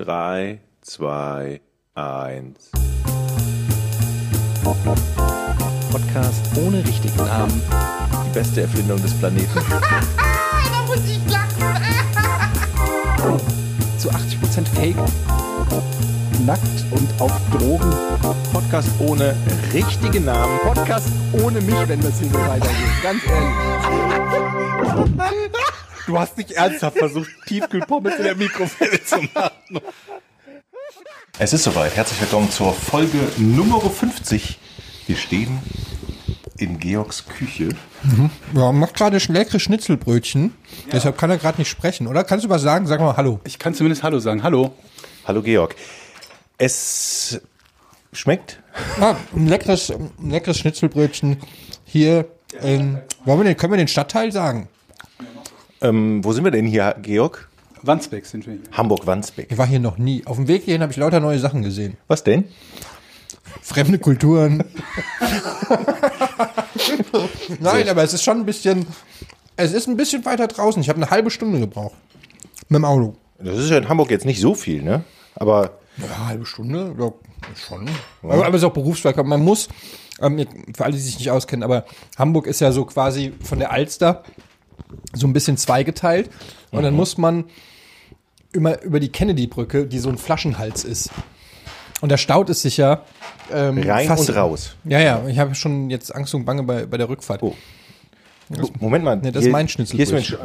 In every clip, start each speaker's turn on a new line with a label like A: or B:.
A: 3, 2, 1.
B: Podcast ohne richtigen Namen.
A: Die beste Erfindung des Planeten.
C: da muss ich lachen.
B: Zu 80% Fake. Nackt und auf Drogen.
A: Podcast ohne richtigen Namen.
B: Podcast ohne mich, wenn das hier so weitergeht. Ganz ehrlich.
A: Du hast nicht ernsthaft versucht, Tiefkühlpommes in der Mikrofile zu machen.
D: Es ist soweit. Herzlich willkommen zur Folge Nummer 50. Wir stehen in Georgs Küche.
E: Mhm. Ja, macht gerade leckere Schnitzelbrötchen. Ja. Deshalb kann er gerade nicht sprechen, oder? Kannst du was sagen? Sag mal Hallo.
F: Ich kann zumindest Hallo sagen. Hallo.
A: Hallo, Georg. Es schmeckt?
E: Ja, Ah, ein leckeres, ein leckeres Schnitzelbrötchen hier in. Wollen wir den, können wir den Stadtteil sagen?
A: Ähm, wo sind wir denn hier, Georg?
F: Wandsbek sind wir. Hier.
A: Hamburg Wandsbek.
E: Ich war hier noch nie. Auf dem Weg hierhin habe ich lauter neue Sachen gesehen.
A: Was denn?
E: Fremde Kulturen. Nein, aber es ist schon ein bisschen. Es ist ein bisschen weiter draußen. Ich habe eine halbe Stunde gebraucht mit dem Auto.
A: Das ist ja in Hamburg jetzt nicht so viel, ne? Aber
E: ja, eine halbe Stunde, ja, schon. Ja. Aber, aber es ist auch Berufsverkehr. Man muss, ähm, für alle, die sich nicht auskennen, aber Hamburg ist ja so quasi von der Alster so ein bisschen zweigeteilt. Und mhm. dann muss man immer über die Kennedy-Brücke, die so ein Flaschenhals ist. Und da staut es sich ja.
A: Ähm, Rein fast, und raus.
E: Ja, ja. Ich habe schon jetzt Angst und Bange bei, bei der Rückfahrt. Oh.
A: Das, Moment mal.
E: Nee, das hier, ist mein Schnitzel. Hier ist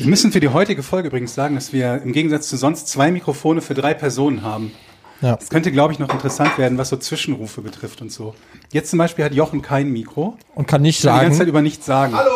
F: wir müssen für die heutige Folge übrigens sagen, dass wir im Gegensatz zu sonst zwei Mikrofone für drei Personen haben. Ja. Das könnte, glaube ich, noch interessant werden, was so Zwischenrufe betrifft und so. Jetzt zum Beispiel hat Jochen kein Mikro.
E: Und kann nicht sagen. Die ganze
F: Zeit über nichts sagen.
A: Hallo!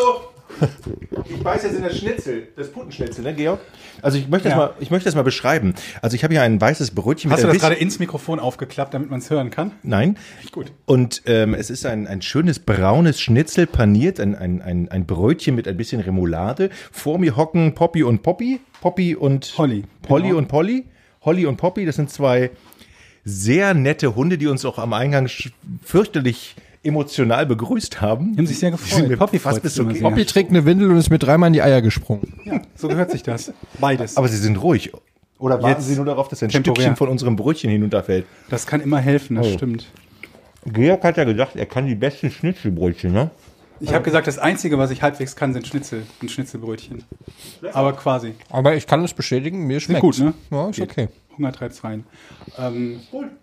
A: Ich weiß jetzt in das Schnitzel, das Putenschnitzel, ne, Georg? Also ich möchte, das ja. mal, ich möchte das mal beschreiben. Also ich habe hier ein weißes Brötchen
F: Hast mit du das gerade ins Mikrofon aufgeklappt, damit man es hören kann?
A: Nein.
F: Gut.
A: Und ähm, es ist ein, ein schönes braunes Schnitzel paniert, ein, ein, ein, ein Brötchen mit ein bisschen Remoulade. Vor mir hocken Poppy und Poppy, Poppy und
F: Holly.
A: Polly genau. und Polly. Holly und Poppy, das sind zwei sehr nette Hunde, die uns auch am Eingang fürchterlich emotional begrüßt haben.
F: Die haben sich sehr gefreut.
A: Poppy, fast bis
E: okay. Poppy trägt eine Windel und ist mir dreimal in die Eier gesprungen.
F: Ja, so gehört sich das. Beides.
A: Aber sie sind ruhig. Oder warten Jetzt sie nur darauf, dass ein temporär. Stückchen von unserem Brötchen hinunterfällt?
F: Das kann immer helfen, das oh. stimmt.
D: Georg hat ja gesagt, er kann die besten Schnitzelbrötchen, ne?
F: Ich habe gesagt, das Einzige, was ich halbwegs kann, sind Schnitzel und Schnitzelbrötchen. Aber quasi.
E: Aber ich kann es bestätigen, mir schmeckt
F: gut, ne?
E: Ja, ist okay.
F: Hunger treibt's rein. Ähm,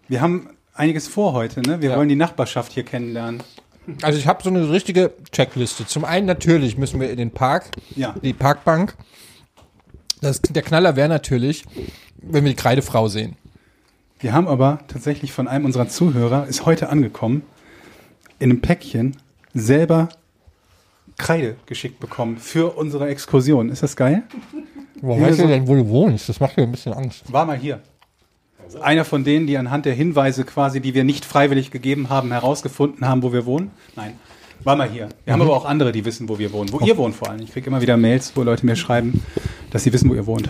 F: wir haben einiges vor heute. Ne? Wir ja. wollen die Nachbarschaft hier kennenlernen.
E: Also ich habe so eine richtige Checkliste. Zum einen natürlich müssen wir in den Park, ja. die Parkbank. Das, der Knaller wäre natürlich, wenn wir die Kreidefrau sehen.
F: Wir haben aber tatsächlich von einem unserer Zuhörer, ist heute angekommen, in einem Päckchen selber Kreide geschickt bekommen für unsere Exkursion. Ist das geil?
E: Wo weißt so, du denn, wo du wohnst? Das macht mir ein bisschen Angst.
F: War mal hier einer von denen, die anhand der Hinweise quasi, die wir nicht freiwillig gegeben haben, herausgefunden haben, wo wir wohnen? Nein. War mal hier. Wir mhm. haben aber auch andere, die wissen, wo wir wohnen. Wo oh. ihr wohnt vor allem. Ich kriege immer wieder Mails, wo Leute mir schreiben, dass sie wissen, wo ihr wohnt.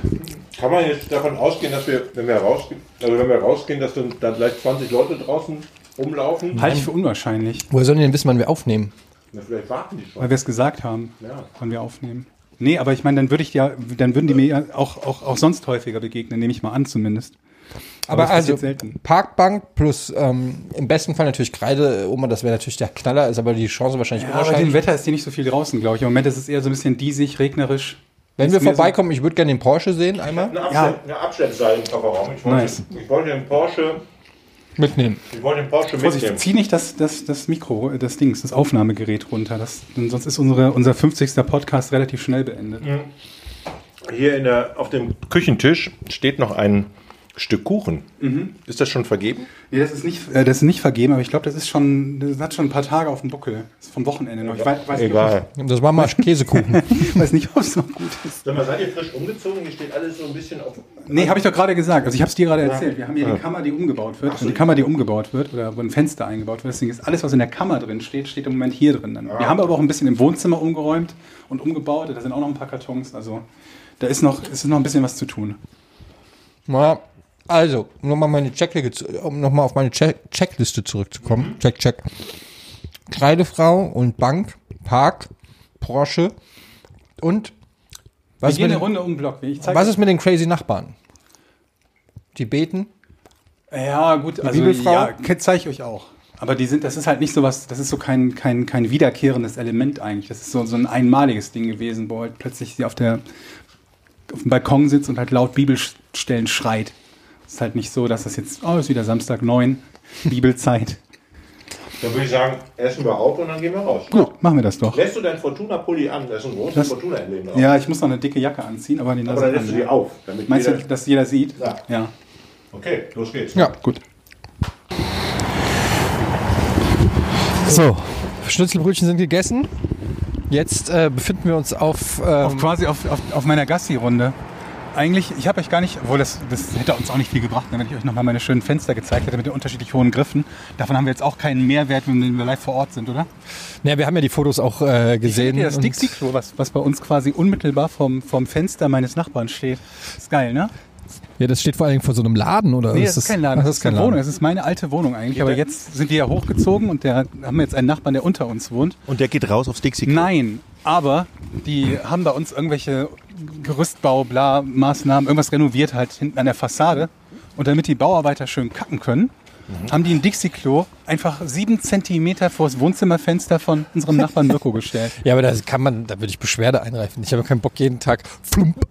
D: Kann man jetzt davon ausgehen, dass wir, wenn wir, rausgehen, also wenn wir rausgehen, dass dann da gleich 20 Leute draußen rumlaufen?
F: Halte ich für unwahrscheinlich.
E: Woher sollen die denn wissen, wann wir aufnehmen?
D: Na, vielleicht warten die schon.
F: Weil wir es gesagt haben, ja. wann wir aufnehmen. Nee, aber ich meine, dann würde ich ja, dann würden die mir ja auch, auch, auch sonst häufiger begegnen, nehme ich mal an zumindest.
E: Aber, Aber also Parkbank plus ähm, im besten Fall natürlich Kreide, Oma, das wäre natürlich der Knaller, ist aber die Chance wahrscheinlich
F: ja, Aber dem Wetter ist hier nicht so viel draußen, glaube ich. Im Moment ist es eher so ein bisschen diesig, regnerisch.
E: Wenn wir vorbeikommen, so ich würde gerne den Porsche sehen einmal.
D: Eine, Abstell, ja. eine Abstellseite im Kofferraum. Ich wollte, nice. ich wollte den Porsche
E: mitnehmen.
D: Ich wollte den Porsche Vorsicht, mitnehmen.
F: Zieh nicht das, das, das Mikro, das Dings, das Aufnahmegerät runter. Das, denn sonst ist unsere, unser 50. Podcast relativ schnell beendet.
D: Hier in der, auf dem Küchentisch steht noch ein Stück Kuchen.
F: Mhm.
D: Ist das schon vergeben?
F: Nee, das ist nicht, äh, das ist nicht vergeben, aber ich glaube, das ist schon, das hat schon ein paar Tage auf dem Buckel. Das ist vom Wochenende noch. Ich weiß, weiß
A: Egal.
E: Nicht, das war mal Käsekuchen.
F: ich weiß nicht, ob es noch gut ist.
D: Sag mal, seid ihr frisch umgezogen? Hier steht alles so ein bisschen auf.
F: Nee, habe ich doch gerade gesagt. Also ich habe es dir gerade ja. erzählt. Wir haben hier ja. die Kammer, die umgebaut wird. So. Die Kammer, die umgebaut wird oder wo ein Fenster eingebaut wird. Deswegen ist alles, was in der Kammer drin steht, steht im Moment hier drin. Dann. Ah. Wir haben aber auch ein bisschen im Wohnzimmer umgeräumt und umgebaut. Da sind auch noch ein paar Kartons. Also da ist noch, ist noch ein bisschen was zu tun.
E: Na, also, um nochmal meine Checkliste, um nochmal auf meine Check Checkliste zurückzukommen. Mhm. Check, check. Kreidefrau und Bank, Park, Porsche und
F: was, ist mit, den, um Block,
E: was ist mit den crazy Nachbarn? Tibeten.
F: Ja, gut, also
E: Bibelfrau?
F: ja, ke- zeig ich euch auch. Aber die sind, das ist halt nicht so was, das ist so kein, kein, kein wiederkehrendes Element eigentlich. Das ist so, so ein einmaliges Ding gewesen, wo halt plötzlich sie auf der auf dem Balkon sitzt und halt laut Bibelstellen schreit. Es ist halt nicht so, dass das jetzt, oh, ist wieder Samstag 9, Bibelzeit.
G: Dann würde ich sagen, essen wir auf und dann gehen wir raus.
F: Genau, machen wir das doch.
G: Lässt du dein Fortuna-Pulli an? Da ist ein großes
F: Das-
G: Fortuna-Emblem drauf.
F: Ja, ich muss noch eine dicke Jacke anziehen, aber den
G: Aber
F: lasse
G: dann
F: ich
G: lässt du
F: an.
G: die
F: ja.
G: auf. Damit
F: Meinst du,
G: jeder,
F: dass jeder sieht?
G: Ja.
F: ja.
G: Okay, los geht's.
E: Ja.
F: Gut.
E: So, Schnitzelbrötchen sind gegessen. Jetzt äh, befinden wir uns auf, ähm,
F: auf quasi auf, auf, auf meiner Gassi-Runde. Eigentlich, ich habe euch gar nicht, obwohl das, das hätte uns auch nicht viel gebracht, ne, wenn ich euch nochmal meine schönen Fenster gezeigt hätte mit den unterschiedlich hohen Griffen. Davon haben wir jetzt auch keinen Mehrwert, wenn wir live vor Ort sind, oder?
E: Ja, wir haben ja die Fotos auch äh, gesehen.
F: Ja, das
E: und-
F: Dixie-Klo, was, was bei uns quasi unmittelbar vom, vom Fenster meines Nachbarn steht. Ist geil, ne?
E: ja, das steht vor allen Dingen vor so einem Laden, oder?
F: Nee, das ist kein Laden,
E: Ach,
F: das ist
E: kein
F: keine
E: Laden.
F: Wohnung, das ist meine alte Wohnung eigentlich. Aber jetzt sind wir ja hochgezogen und der, haben wir jetzt einen Nachbarn, der unter uns wohnt.
A: Und der geht raus aufs Dixie.
F: Nein, aber die haben bei uns irgendwelche Gerüstbau, bla, Maßnahmen, irgendwas renoviert halt hinten an der Fassade. Und damit die Bauarbeiter schön kacken können, haben die ein Dixie-Klo einfach sieben Zentimeter vor das Wohnzimmerfenster von unserem Nachbarn Mirko gestellt.
E: Ja, aber das kann man, da würde ich Beschwerde einreichen. Ich habe keinen Bock jeden Tag. Flump.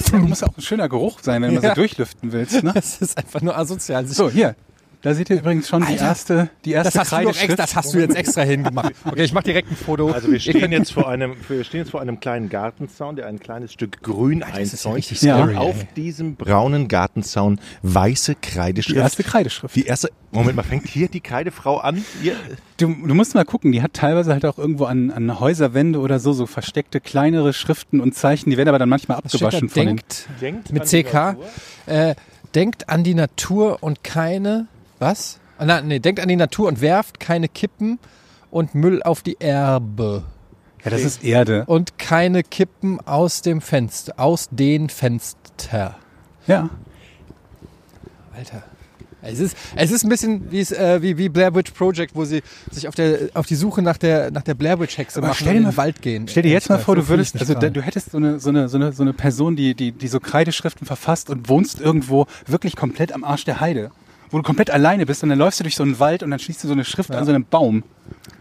F: Das muss auch ein schöner Geruch sein, wenn du mal
E: Ja.
F: so durchlüften willst. Ne?
E: Das ist einfach nur asozial.
F: So, hier. Da seht ihr übrigens schon die
E: Alter,
F: erste, die erste
E: das, hast du doch
F: Kreideschrift.
E: extra, das hast du jetzt extra hingemacht. Okay, ich mache direkt ein Foto.
A: Also wir
E: Ihr
A: stehen,
E: könnt-
A: jetzt vor einem, wir stehen jetzt vor einem kleinen Gartenzaun, der ein kleines Stück Grün
E: Das ist ja
A: einzäunt.
E: richtig
F: Ja.
E: scary.
A: Auf
E: ey.
A: diesem braunen Gartenzaun weiße
F: Die erste
A: Kreideschrift.
F: Kreideschrift.
A: Die erste, Moment mal, fängt hier die Kreidefrau an? Ihr,
F: Du, du musst mal gucken, die hat teilweise halt auch irgendwo an, an Häuserwände oder so, so versteckte kleinere Schriften und Zeichen, die werden aber dann manchmal
E: Was steht da?
F: abgewaschen von den.
E: Denkt,
A: denkt
E: mit
A: an die
E: CK,
A: Natur.
E: äh, denkt an die Natur und keine, was? Ah, na, nee, denkt an die Natur und werft keine Kippen und Müll auf die Erbe.
F: Ja, das ist Erde.
E: Und keine Kippen aus dem Fenster, aus den Fenster.
F: Ja.
E: Alter. Es ist, es ist ein bisschen wie, es, äh, wie, wie Blair Witch Project, wo sie sich auf, der, auf die Suche nach der, nach der Blair Witch Hexe
F: Aber
E: machen
F: stell
E: und
F: dir
E: in
F: mal-
E: den Wald gehen.
F: Stell dir jetzt mal
E: So
F: vor, du
E: fühl
F: würdest,
E: ich
F: also
E: mich
F: da,
E: gerade.
F: du hättest so eine, so eine, so eine, so eine Person, die, die, die so Kreideschriften verfasst und wohnst irgendwo wirklich komplett am Arsch der Heide. Wo du komplett alleine bist und dann läufst du durch so einen Wald und dann schließt du so eine Schrift an so einem Baum.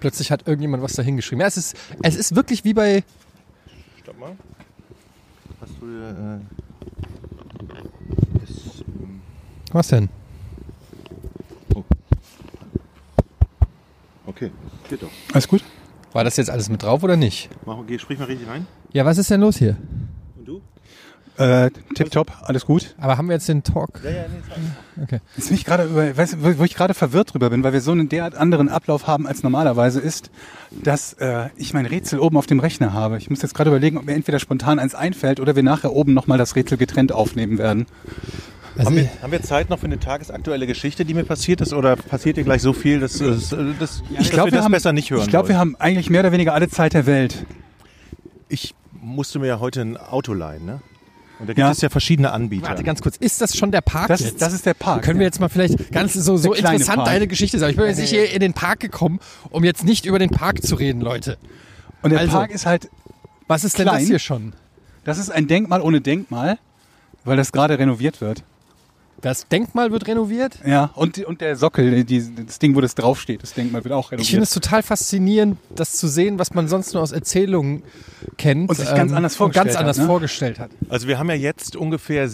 E: Plötzlich hat irgendjemand was da hingeschrieben. Ja, es ist, es ist wirklich wie bei.
A: Stopp mal. Hast du, äh, das, ähm,
E: Was denn?
A: okay, geht doch.
F: Alles gut?
E: War das jetzt alles mit drauf oder nicht?
A: Mach, geh, sprich mal richtig rein.
E: Ja, was ist denn los hier?
A: Und du?
F: Äh, tipptopp, alles gut.
E: Aber haben wir jetzt den Talk?
F: Jetzt bin ich gerade über, weißt, du, wo wo ich gerade verwirrt drüber bin, weil wir so einen derart anderen Ablauf haben, als normalerweise ist, dass äh, ich mein Rätsel oben auf dem Rechner habe. Ich muss jetzt gerade überlegen, ob mir entweder spontan eins einfällt oder wir nachher oben nochmal das Rätsel getrennt aufnehmen werden.
E: Also,
A: Haben wir, haben wir Zeit noch für eine tagesaktuelle Geschichte, die mir passiert ist? Oder passiert dir gleich so viel, dass, äh, dass, dass, dass
F: glaub,
A: wir das besser nicht hören
F: Ich glaube, wir
A: wollen?
F: haben eigentlich mehr oder weniger alle Zeit der Welt.
A: Ich musste mir ja heute ein Auto leihen, ne? Und da gibt
F: Ja.
A: es ja verschiedene Anbieter.
E: warte ganz kurz. Ist das schon der Park?
F: Das,
E: jetzt?
F: das ist der Park.
E: Können wir jetzt mal vielleicht ganz so, so
F: Der kleine
E: interessant
F: Park.
E: deine Geschichte sagen? Ich bin jetzt nicht hier in den Park gekommen, um jetzt nicht über den Park zu reden, Leute.
F: Und der
E: also-
F: Park ist halt,
E: Was ist denn
F: Klein?
E: das hier schon?
F: das ist ein Denkmal ohne Denkmal, weil das gerade renoviert wird.
E: Das Denkmal wird renoviert?
F: Ja, und, die- und der Sockel, die, das Ding, wo das draufsteht, das Denkmal wird auch
E: Ich finde
F: renoviert.
E: es total faszinierend, das zu sehen, was man sonst nur aus Erzählungen kennt. ähm,
F: Und sich ganz anders vorgestellt
E: und ganz
F: hat,
E: anders
F: ne?
E: vorgestellt hat.
A: Also wir haben ja jetzt ungefähr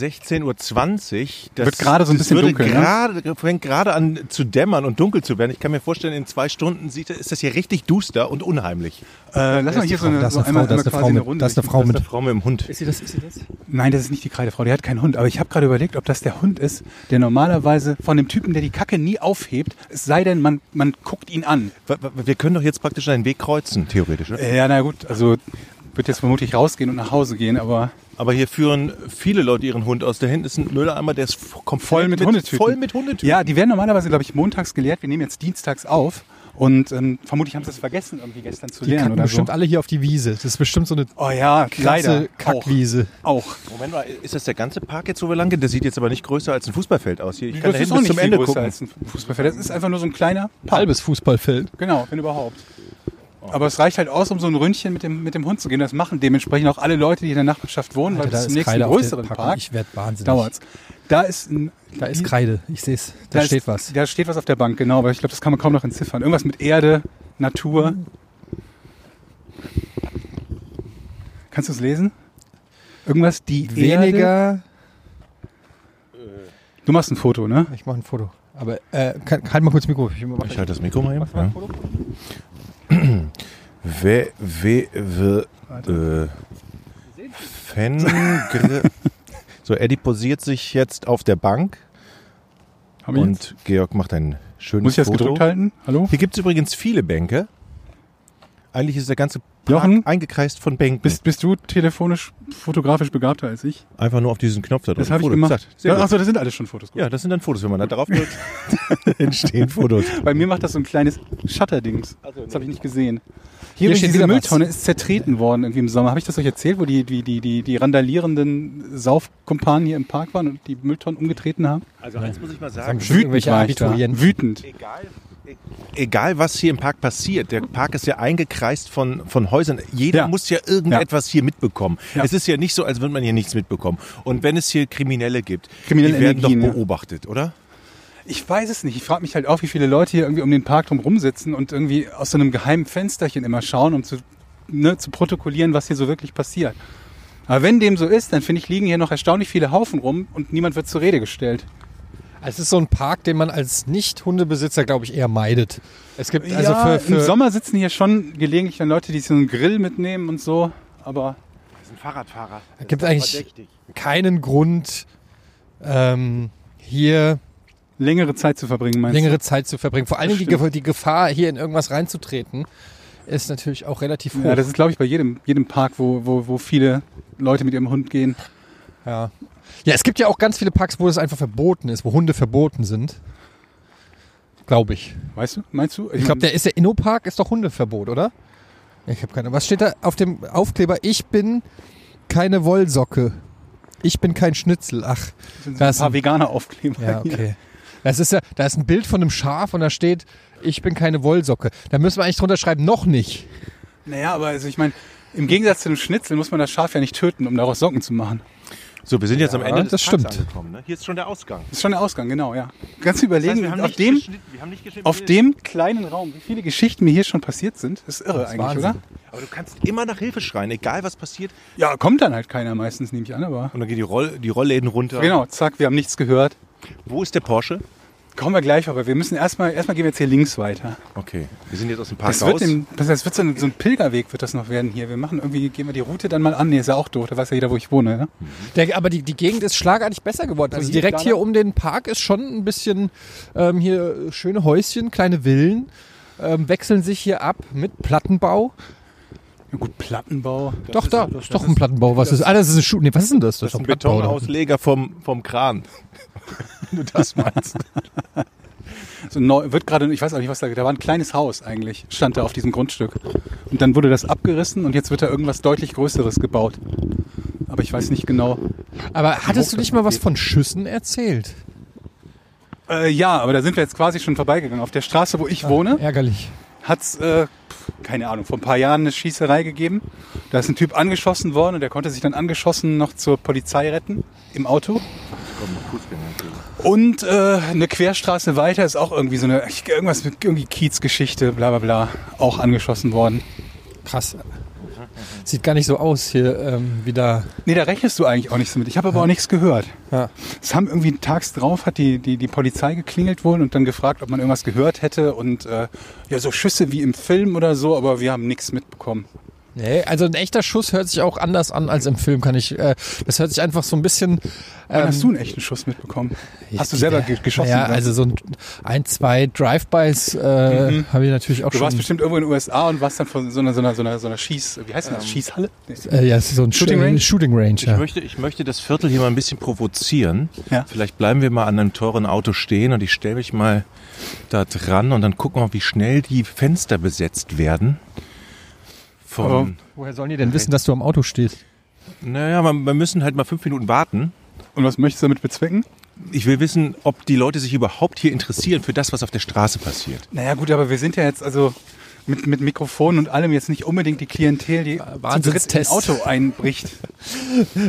A: 16.20 Uhr. Das
F: Wird gerade so ein
A: das
F: bisschen
A: würde
F: dunkel, ne?
A: Gerade, Fängt gerade an zu dämmern und dunkel zu werden. Ich kann mir vorstellen, in zwei Stunden sieht, ist das hier richtig duster und unheimlich.
F: Äh, lass mal hier so eine, so einmal, einmal quasi eine Runde. durch-
E: Frau
A: Eine Frau mit dem Hund.
E: Ist sie das? Ist sie das?
F: Nein, das ist nicht die Kreidefrau, die hat keinen Hund. Aber ich habe gerade überlegt, ob das der Hund ist, der normalerweise von dem Typen, der die Kacke nie aufhebt, es sei denn, man, man guckt ihn an.
A: W- w- Wir können doch jetzt praktisch einen Weg kreuzen, theoretisch. ne? Oder?
F: Äh, Ja, na gut, also wird jetzt vermutlich rausgehen und nach Hause gehen, aber
A: Aber hier führen viele Leute ihren Hund aus. Da hinten ist ein Mülleimer, der ist f- komplett
F: voll mit, Hundetüten.
A: Voll mit Hundetüten.
F: Ja, die werden normalerweise, glaube ich, montags gelehrt. Wir nehmen jetzt dienstags auf. Und ähm, vermutlich haben sie es vergessen, irgendwie gestern zu
E: Die
F: lernen
E: kacken
F: oder
E: bestimmt
F: so.
E: alle hier auf die Wiese. Das ist bestimmt so eine
F: Oh ja,
E: krasse
F: leider.
E: Kackwiese.
F: Auch. auch.
A: Moment mal, ist das der ganze Park jetzt, wo wir lang gehen? Der sieht jetzt aber nicht größer als ein Fußballfeld aus. Hier, ich kann da
F: Das ist
A: hinten
F: auch
A: bis
F: nicht
A: zum
F: viel
A: Ende
F: größer
A: gucken.
F: als ein Fußballfeld. Das ist einfach nur so ein kleiner Park.
E: Halbes Fußballfeld.
F: Genau, wenn überhaupt. Aber es reicht halt aus, um so ein Ründchen mit dem, mit dem Hund zu gehen. Das machen dementsprechend auch alle Leute, die in der Nachbarschaft wohnen, weil bis zum nächsten größeren Park,
E: Ich werde wahnsinnig.
F: dauert's. Da ist ein.
E: Da ist Kreide, ich sehe es. Da, steht
F: ist,
E: was.
F: Da steht was auf der Bank, genau, aber ich glaube, das kann man kaum noch entziffern. Irgendwas mit Erde, Natur. Kannst du es lesen? Irgendwas, die Erde.
E: Weniger.
F: Du machst ein Foto, ne?
E: Ich mache ein Foto. Aber äh, kann, halt mal kurz das Mikro. Ich mach-
A: Ich halte das Mikro mal eben. Ja. We, we, we, äh, Fengr. So, Eddie posiert sich jetzt auf der Bank
F: Hab ich jetzt?
A: und Georg macht ein schönes
F: Muss ich das
A: Foto.
F: gedrückt halten? Hallo?
A: Hier gibt es übrigens viele Bänke. Eigentlich ist der ganze Park
F: Jochen?
A: eingekreist von Bänken.
F: Bist, bist du telefonisch, fotografisch begabter als ich?
A: Einfach nur auf diesen Knopf da drauf.
F: Das habe ich
A: Foto.
F: gemacht.
A: Zack. Sehr
F: Ja,
A: gut.
F: Achso, das sind alles schon Fotos. Gut.
A: Ja, das sind dann Fotos. Wenn man da drauf drückt, entstehen Fotos.
F: Bei mir macht das so ein kleines Shutterdings. Das habe ich nicht gesehen.
E: Hier
F: Hier, übrigens
E: steht
F: diese
E: wieder was.
F: Mülltonne ist zertreten worden irgendwie im Sommer. Habe ich das euch erzählt, wo die, die, die, die, die randalierenden Saufkumpanen hier im Park waren und die Mülltonnen umgetreten haben?
A: Also eins muss ich mal sagen.
E: Bestimmt irgendwelche
F: war ich da.
E: Abiturienten.
F: Wütend.
A: Egal, was hier im Park passiert, der Park ist ja eingekreist von, von Häusern. Jeder
F: Ja.
A: muss ja irgendetwas hier mitbekommen.
F: Ja.
A: Es ist ja nicht so, als würde man hier nichts mitbekommen. Und wenn es hier Kriminelle gibt,
F: Kriminelle
A: die werden
F: Energien, ne? ja.
A: doch beobachtet, oder?
F: Ich weiß es nicht. Ich frage mich halt auch, wie viele Leute hier irgendwie um den Park drum rumsitzen und irgendwie aus so einem geheimen Fensterchen immer schauen, um zu, ne, zu protokollieren, was hier so wirklich passiert. Aber wenn dem so ist, dann finde ich, liegen hier noch erstaunlich viele Haufen rum und niemand wird zur Rede gestellt.
E: Es ist so ein Park, den man als Nicht-Hundebesitzer, glaube ich, eher meidet. Es gibt also
F: ja,
E: für, für
F: im Sommer sitzen hier schon gelegentlich dann Leute, die so einen Grill mitnehmen und so, aber
E: gibt eigentlich keinen Grund, ähm, hier
F: längere Zeit zu verbringen, meinst
E: längere Zeit zu verbringen. Vor allen Dingen die,
F: stimmt.
E: Gefahr- die Gefahr, hier in irgendwas reinzutreten, ist natürlich auch relativ hoch.
F: du? Ja, das ist, glaube ich, bei jedem, jedem Park, wo, wo, wo viele Leute mit ihrem Hund gehen.
E: Ja. ja, es gibt ja auch ganz viele Parks, wo das einfach verboten ist, wo Hunde verboten sind. Glaube ich.
F: Weißt du, meinst du?
E: Ich glaube, der ist der Innopark ist doch Hundeverbot, oder? Ich habe keine. Was steht da auf dem Aufkleber? Ich bin keine Wollsocke. Ich bin kein Schnitzel. Ach,
F: sind
E: da
F: ein
E: ist
F: paar
E: ein,
F: Veganer aufkleben.
E: ja, okay. Das ist ja, da ist ein Bild von einem Schaf und da steht, ich bin keine Wollsocke. Da müssen wir eigentlich drunter schreiben, noch nicht.
F: Naja, aber also ich meine, im Gegensatz zu dem Schnitzel muss man das Schaf ja nicht töten, um daraus Socken zu machen.
A: So, wir sind jetzt am Ende des
E: das
A: Parks
E: stimmt.
A: angekommen. Ne? Hier ist schon der Ausgang.
F: Das ist schon der Ausgang, genau, ja. Ganz überlegen, auf,
A: nicht
F: dem,
A: geschnitten- wir haben nicht geschnitten.
F: auf dem kleinen Raum, wie viele Geschichten mir hier schon passiert sind, ist irre eigentlich,
E: Wahnsinn.
F: oder?
A: Aber du kannst immer nach Hilfe schreien, egal was passiert.
F: Ja, kommt dann halt keiner meistens, nehme ich an, aber.
A: Und dann gehen die, Roll, die Rollläden runter.
F: Genau, zack, wir haben nichts gehört.
A: Wo ist der Porsche?
F: Kommen wir gleich, aber wir müssen erstmal, erstmal gehen wir jetzt hier links weiter.
A: Okay, wir sind jetzt aus dem Park
F: Das
A: raus.
F: wird, dem, das, das wird so, ein, so ein Pilgerweg wird das noch werden hier. Wir machen irgendwie, gehen wir die Route dann mal an. Nee, ist ja auch doof, da weiß ja jeder, wo ich wohne. Ne?
E: Der, aber die, die Gegend ist schlagartig besser geworden. Also
F: hier
E: direkt
F: gar
E: hier um den Park ist schon ein bisschen ähm, hier schöne Häuschen, kleine Villen. Ähm, wechseln sich hier ab mit Plattenbau.
F: Ja, gut, Plattenbau.
E: doch, da, das ist doch ein Plattenbau. Was ist? Ah, das ist ein Schuh. Nee, was ist denn das?
A: Das ist ein
E: doch Plattenbau, oder?
A: Betonausleger vom, vom Kran. Wenn du das meinst.
F: So neu, wird gerade, ich weiß auch nicht, was da, da war ein kleines Haus eigentlich, stand da auf diesem Grundstück. Und dann wurde das abgerissen und jetzt wird da irgendwas deutlich Größeres gebaut. Aber ich weiß nicht genau.
E: Aber hattest du nicht mal was von Schüssen erzählt?
F: Äh, ja, aber da sind wir jetzt quasi schon vorbeigegangen. Auf der Straße, wo ich wohne,
E: Ärgerlich.
F: hat's äh, pf, keine Ahnung, vor ein paar Jahren eine Schießerei gegeben. Da ist ein Typ angeschossen worden und der konnte sich dann angeschossen noch zur Polizei retten im Auto. Und äh, eine Querstraße weiter ist auch irgendwie so eine, ich- irgendwas mit irgendwie Kiezgeschichte, bla bla bla, auch angeschossen worden.
E: Krass. Sieht gar nicht so aus hier ähm, wieder.
F: Nee, da rechnest du eigentlich auch nicht so mit. Ich habe aber auch nichts gehört.
E: Ja.
F: Es haben irgendwie tags drauf, hat die, die, die Polizei geklingelt wohl und dann gefragt, ob man irgendwas gehört hätte und äh, ja, so Schüsse wie im Film oder so, aber wir haben nichts mitbekommen.
E: Nee, also ein echter Schuss hört sich auch anders an als im Film, kann ich. Äh, das hört sich einfach so ein bisschen.
F: Wann hast du einen echten Schuss mitbekommen? Hast du selber ge- geschossen?
E: Ja,
F: oder?
E: also so ein, ein zwei Drive-Bys äh, habe ich natürlich auch
F: du
E: schon.
F: warst bestimmt irgendwo in den USA und warst dann von so einer, so einer, so einer, so einer Schieß... Wie heißt denn das? Schießhalle? Nee.
E: äh, ja, es ist so ein Shooting
F: Shooting
E: Range.
F: Range?
E: Shooting Range
A: Ich
E: ja.
A: möchte, ich möchte das Viertel hier mal ein bisschen provozieren.
F: Ja.
A: Vielleicht bleiben wir mal an einem teuren Auto stehen und ich stelle mich mal da dran und dann gucken wir, wie schnell die Fenster besetzt werden. Von,
F: Oh.
E: Woher sollen die denn wissen, dass du am Auto stehst?
A: Naja, wir, wir müssen halt mal fünf Minuten warten.
F: Und was möchtest du damit bezwecken?
A: Ich will wissen, ob die Leute sich überhaupt hier interessieren für das, was auf der Straße passiert.
F: Naja gut, aber wir sind ja jetzt... also mit, mit Mikrofon und allem jetzt nicht unbedingt die Klientel, die zu dritt ins
E: Wahnsinnstest.
F: Auto einbricht.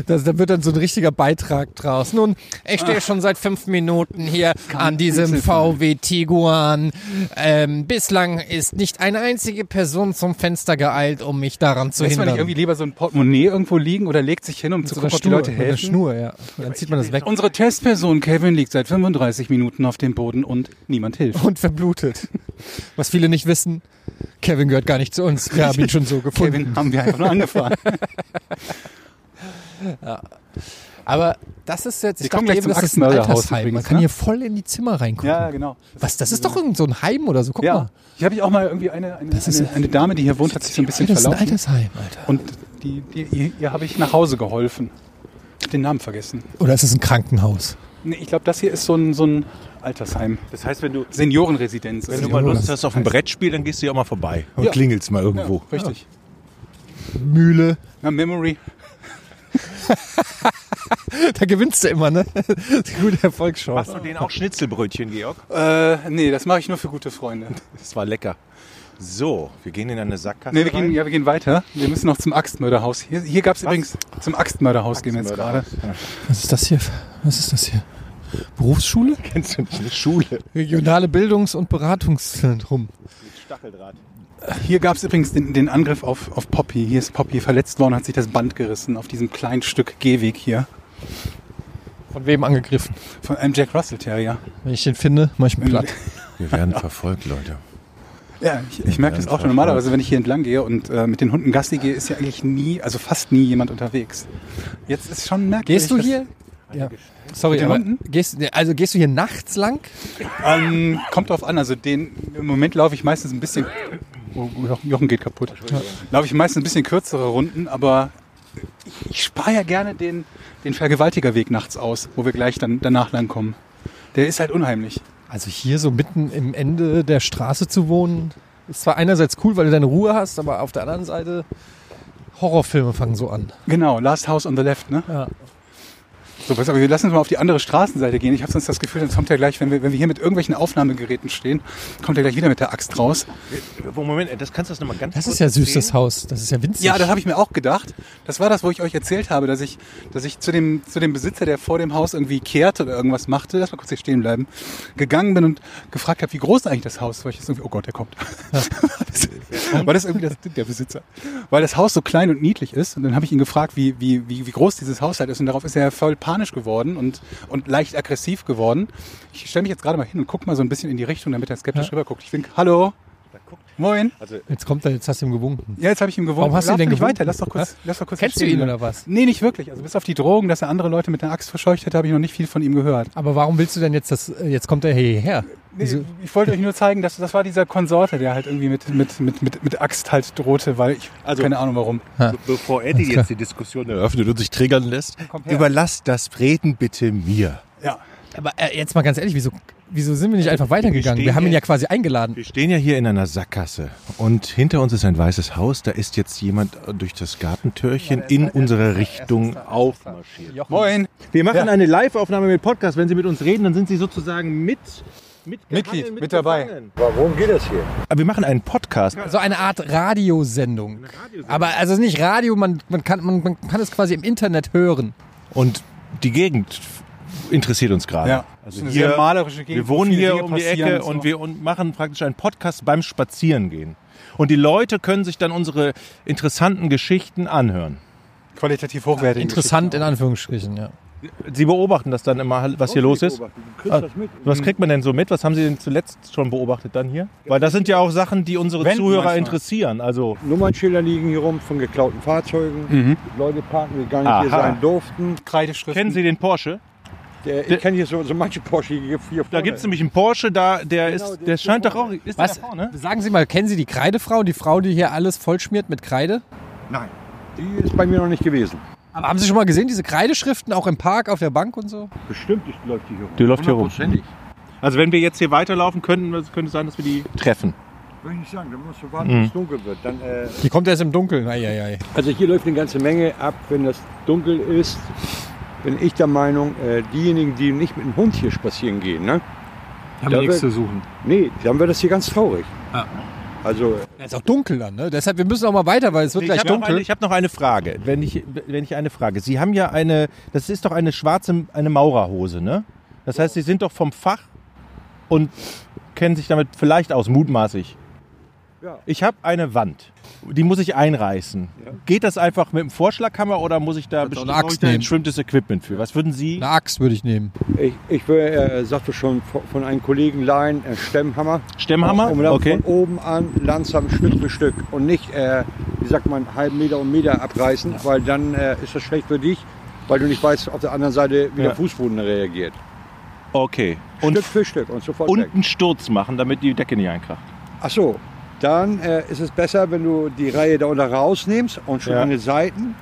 E: Das, da wird dann so ein richtiger Beitrag draus. Nun, ich stehe schon seit fünf Minuten hier an diesem VW Tiguan. Ähm, bislang ist nicht eine einzige Person zum Fenster geeilt, um mich daran zu
F: Lässt man nicht
E: hindern.
F: irgendwie lieber so ein Portemonnaie irgendwo liegen oder legt sich hin, um zu
E: So
F: gucken,
E: einer
F: ob die
E: Schnur,
F: Leute
E: mit einer
F: helfen?
E: Schnur, ja. Dann zieht man das weg
F: Unsere Testperson Kevin liegt seit 35 Minuten auf dem Boden und niemand hilft.
E: und verblutet. Was viele nicht wissen, Kevin gehört gar nicht zu uns. Wir haben ihn schon so gefunden.
F: Kevin haben wir einfach nur angefahren.
E: Aber das ist jetzt, ich
F: kommen
E: dachte
F: gleich
E: eben,
F: zum
E: das ist ein
F: Axtmörderhaus
E: Altersheim. Man
F: übrigens,
E: kann
F: ne?
E: hier voll in die Zimmer reingucken.
F: ja, genau.
E: Was, das ist doch irgend so ein Heim oder so. Guck
F: Ja.
E: mal.
F: Ich habe ich auch mal irgendwie eine, eine,
E: ist-
F: eine, eine Dame, die hier wohnt, hat sich so ein bisschen
E: das ist ein
F: verlaufen.
E: Altersheim, Alter.
F: Und die, die, ihr, ihr habe ich nach Hause geholfen. Ich hab den Namen vergessen.
E: Oder ist es ein Krankenhaus?
F: Nee, ich glaube, das hier ist so ein, so ein Altersheim.
D: Das heißt, wenn du,
F: Seniorenresidenz.
D: wenn
F: Also-
D: du mal Lust hast auf ein Brettspiel, dann gehst du ja auch mal vorbei.
A: Und
F: Ja.
A: klingelt's mal
F: ja,
A: irgendwo.
F: richtig.
E: Mühle.
F: Na, Memory.
E: Da gewinnst du immer, ne? Gute Erfolgschance.
D: Machst du denen auch Schnitzelbrötchen, Georg?
F: Äh, nee, das mache ich nur für gute Freunde.
D: Das war lecker. So, wir gehen in eine Sackgasse.
F: Nee, wir gehen,
D: rein.
F: ja, wir gehen weiter. Wir müssen noch zum Axtmörderhaus. Hier, hier gab es übrigens zum Axtmörderhaus gehen wir jetzt gerade.
E: Was ist das hier? Was ist das hier? Berufsschule?
A: Kennst du nicht eine Schule?
E: Regionale Bildungs- und Beratungszentrum.
F: Hier gab es übrigens den, den Angriff auf, auf Poppy. Hier ist Poppy verletzt worden, hat sich das Band gerissen auf diesem kleinen Stück Gehweg hier.
E: Von wem angegriffen?
F: Von einem Jack Russell Terrier.
E: Wenn ich den finde, mach ich ihn platt.
F: Hm.
A: Wir werden verfolgt, Leute.
F: Ja, ich, ich merke das auch schon. Normalerweise, wenn ich hier entlang gehe und äh, mit den Hunden Gassi gehe, ist ja eigentlich nie, also fast nie jemand unterwegs. Jetzt ist schon merkwürdig.
E: Gehst du
F: dass-
E: hier? Ja. Sorry,
F: Mit den
E: aber
F: Hunden?
E: gehst, also gehst du hier nachts lang?
F: Ähm, kommt drauf an. Also den, im Moment laufe ich meistens ein bisschen. Oh, Jochen- Jochen geht kaputt. Laufe ich meistens ein bisschen kürzere Runden, aber ich spare ja gerne den, den Vergewaltigerweg nachts aus, wo wir gleich dann danach lang kommen. Der ist halt unheimlich.
E: Also hier so mitten im Ende der Straße zu wohnen, ist zwar einerseits cool, weil du deine Ruhe hast, aber auf der anderen Seite Horrorfilme fangen so an.
F: Genau, Last House on the Left, ne?
E: Ja.
F: So, pass auf, wir lassen uns mal auf die andere Straßenseite gehen. Ich habe sonst das Gefühl, sonst kommt er gleich, wenn wir, wenn wir hier mit irgendwelchen Aufnahmegeräten stehen, kommt er gleich wieder mit der Axt raus.
D: Oh, Moment, das kannst du das nochmal ganz
E: Das
D: kurz
E: ist ja süß, das
D: erzählen?
E: Haus. Das ist ja winzig.
F: Ja, das habe ich mir auch gedacht. Das war das, wo ich euch erzählt habe, dass ich, dass ich zu dem, zu dem Besitzer, der vor dem Haus irgendwie kehrt oder irgendwas machte, lass mal kurz hier stehen bleiben, gegangen bin und gefragt habe, wie groß eigentlich das Haus, weil ich jetzt irgendwie, oh Gott, der kommt. war das irgendwie das, der Besitzer? Weil das Haus so klein und niedlich ist und dann habe ich ihn gefragt, wie, wie, wie, wie groß dieses Haus halt ist und darauf ist er voll panisch geworden und, und leicht aggressiv geworden. Ich stelle mich jetzt gerade mal hin und guck mal so ein bisschen in die Richtung, damit er skeptisch rüberguckt. Ich wink, hallo, moin.
E: Jetzt kommt er, jetzt hast du ihm gewunken.
F: Ja, jetzt habe ich ihm gewonnen.
E: Warum hast du ihn
F: Lauf
E: denn
F: doch nicht
E: gewunken?
F: weiter? Lass doch kurz,
E: Hä?
F: lass doch kurz
E: Kennst
F: stehen
E: du ihn
F: bleiben.
E: oder was?
F: Nee, nicht wirklich. Also bis auf die Drogen, dass er andere Leute mit einer Axt verscheucht hätte, habe ich noch nicht viel von ihm gehört.
E: Aber warum willst du denn jetzt das, äh, jetzt kommt er hierher?
F: Nee, ich wollte euch nur zeigen, dass das war dieser Konsorte, der halt irgendwie mit, mit, mit, mit, mit Axt halt drohte, weil ich
D: Also-
F: keine Ahnung warum.
D: Be bevor Eddie jetzt die Diskussion eröffnet und sich triggern lässt,
F: Komm her.
A: Überlass das Reden bitte mir.
F: Ja.
E: Aber äh, jetzt mal ganz ehrlich, wieso, wieso sind wir nicht einfach weitergegangen?
A: stehen
E: Wir haben ihn
A: hier-
E: ja quasi eingeladen.
A: Wir stehen ja hier in einer Sackgasse und hinter uns ist ein weißes Haus. Da ist jetzt jemand durch das Gartentürchen in unsere Richtung aufmarschiert.
F: Moin.
A: Wir machen eine Live-Aufnahme mit Podcast. Wenn Sie mit uns reden, dann sind Sie sozusagen mit. Mitgehangen,
F: Mitglied, mit dabei.
A: mitgefangen. Aber wir machen einen Podcast.
E: So eine Art Radiosendung. Aber also nicht Radio, man, man, kann, man, man kann es quasi im Internet hören.
A: Und die Gegend interessiert uns gerade.
F: Ja. Das ist
A: Also
F: eine
A: hier,
F: sehr malerische
A: wir
F: Gegend, wo
A: wohnen
F: viele
A: hier
F: Dinge
A: um die
F: passieren
A: Ecke
F: und so.
A: und wir un- machen praktisch einen Podcast beim Spazierengehen. Und die Leute können sich dann unsere interessanten Geschichten anhören.
F: Qualitativ hochwertig.
E: Interessant in Anführungsstrichen, ja.
A: Sie beobachten das dann immer, was hier los ist. Ah, Was kriegt man denn so mit? Was haben Sie denn zuletzt schon beobachtet dann hier? Weil das sind ja auch Sachen, die unsere
F: Wenden
A: Zuhörer
F: manchmal.
A: interessieren. Also
H: Nummernschilder liegen hier rum von geklauten Fahrzeugen. Leute parken, die gar nicht hier
A: Aha.
H: sein durften.
F: Kreideschrift.
A: kennen Sie den Porsche?
H: Der, ich kenne hier so, so manche Porsche hier vorne.
A: Da gibt es nämlich einen Porsche, da, der
H: Genau,
A: ist,
H: der
A: der
H: ist
A: scheint
H: hier
A: doch auch. Ist der
E: Was,
A: da vorne?
E: sagen Sie mal, kennen Sie die Kreidefrau, die Frau, die hier alles vollschmiert mit Kreide?
H: Nein, die ist bei mir noch nicht gewesen.
E: Aber haben Sie schon mal gesehen, diese Kreideschriften auch im Park, auf der Bank und so?
H: Bestimmt ist, läuft die hier rum.
A: Die läuft hier rum.
H: Hundertprozentig.
A: Also wenn wir jetzt hier weiterlaufen könnten, das könnte sein, dass wir die treffen.
H: Würde ich nicht sagen, da musst du warten, bis es dunkel wird. Dann, äh,
E: Die kommt erst im Dunkeln. Eieiei.
H: also hier läuft eine ganze Menge ab, wenn das dunkel ist. Bin ich der Meinung, äh, diejenigen, die nicht mit dem Hund hier spazieren gehen, ne?
F: Haben
H: Da
F: wir nichts
H: wird-
F: zu suchen.
H: Nee, dann wird das hier ganz traurig. Also
E: Es ist auch dunkel dann, ne? Deshalb, wir müssen auch mal weiter, weil es wird
A: Ich
E: gleich
A: habe noch,
E: dunkel.
A: eine- ich hab noch eine Frage. Wenn ich, wenn ich eine Frage. Sie haben ja eine, das ist doch eine schwarze, eine Maurerhose, ne? Das heißt, Sie sind doch vom Fach und kennen sich damit vielleicht aus, mutmaßlich.
H: Ja.
A: Ich habe eine Wand. Die muss ich einreißen. Geht das einfach mit dem Vorschlaghammer oder muss ich da
E: doch
A: bestimmt
E: eine Axt
A: brauche ich da
E: nehmen.
A: bestimmtes Equipment für? Was würden Sie?
E: Eine Axt würde ich nehmen.
H: ich, ich will, äh, sagte schon von von einem Kollegen Laien, äh, Stemmhammer.
A: Stemmhammer?
H: Um dann
A: Okay.
H: von oben an langsam Stück für Stück und nicht, äh, wie sagt man, halben Meter und Meter abreißen, weil dann äh, ist das schlecht für dich, weil du nicht weißt auf der anderen Seite, wie
A: Ja.
H: der Fußboden reagiert.
A: Okay. Und,
H: Stück für Stück und sofort weg.
A: und einen Sturz machen, damit die Decke nicht einkracht.
H: Ach so, dann äh, ist es besser, wenn du die Reihe da unter rausnimmst und schon
A: Ja.
H: an den Seiten.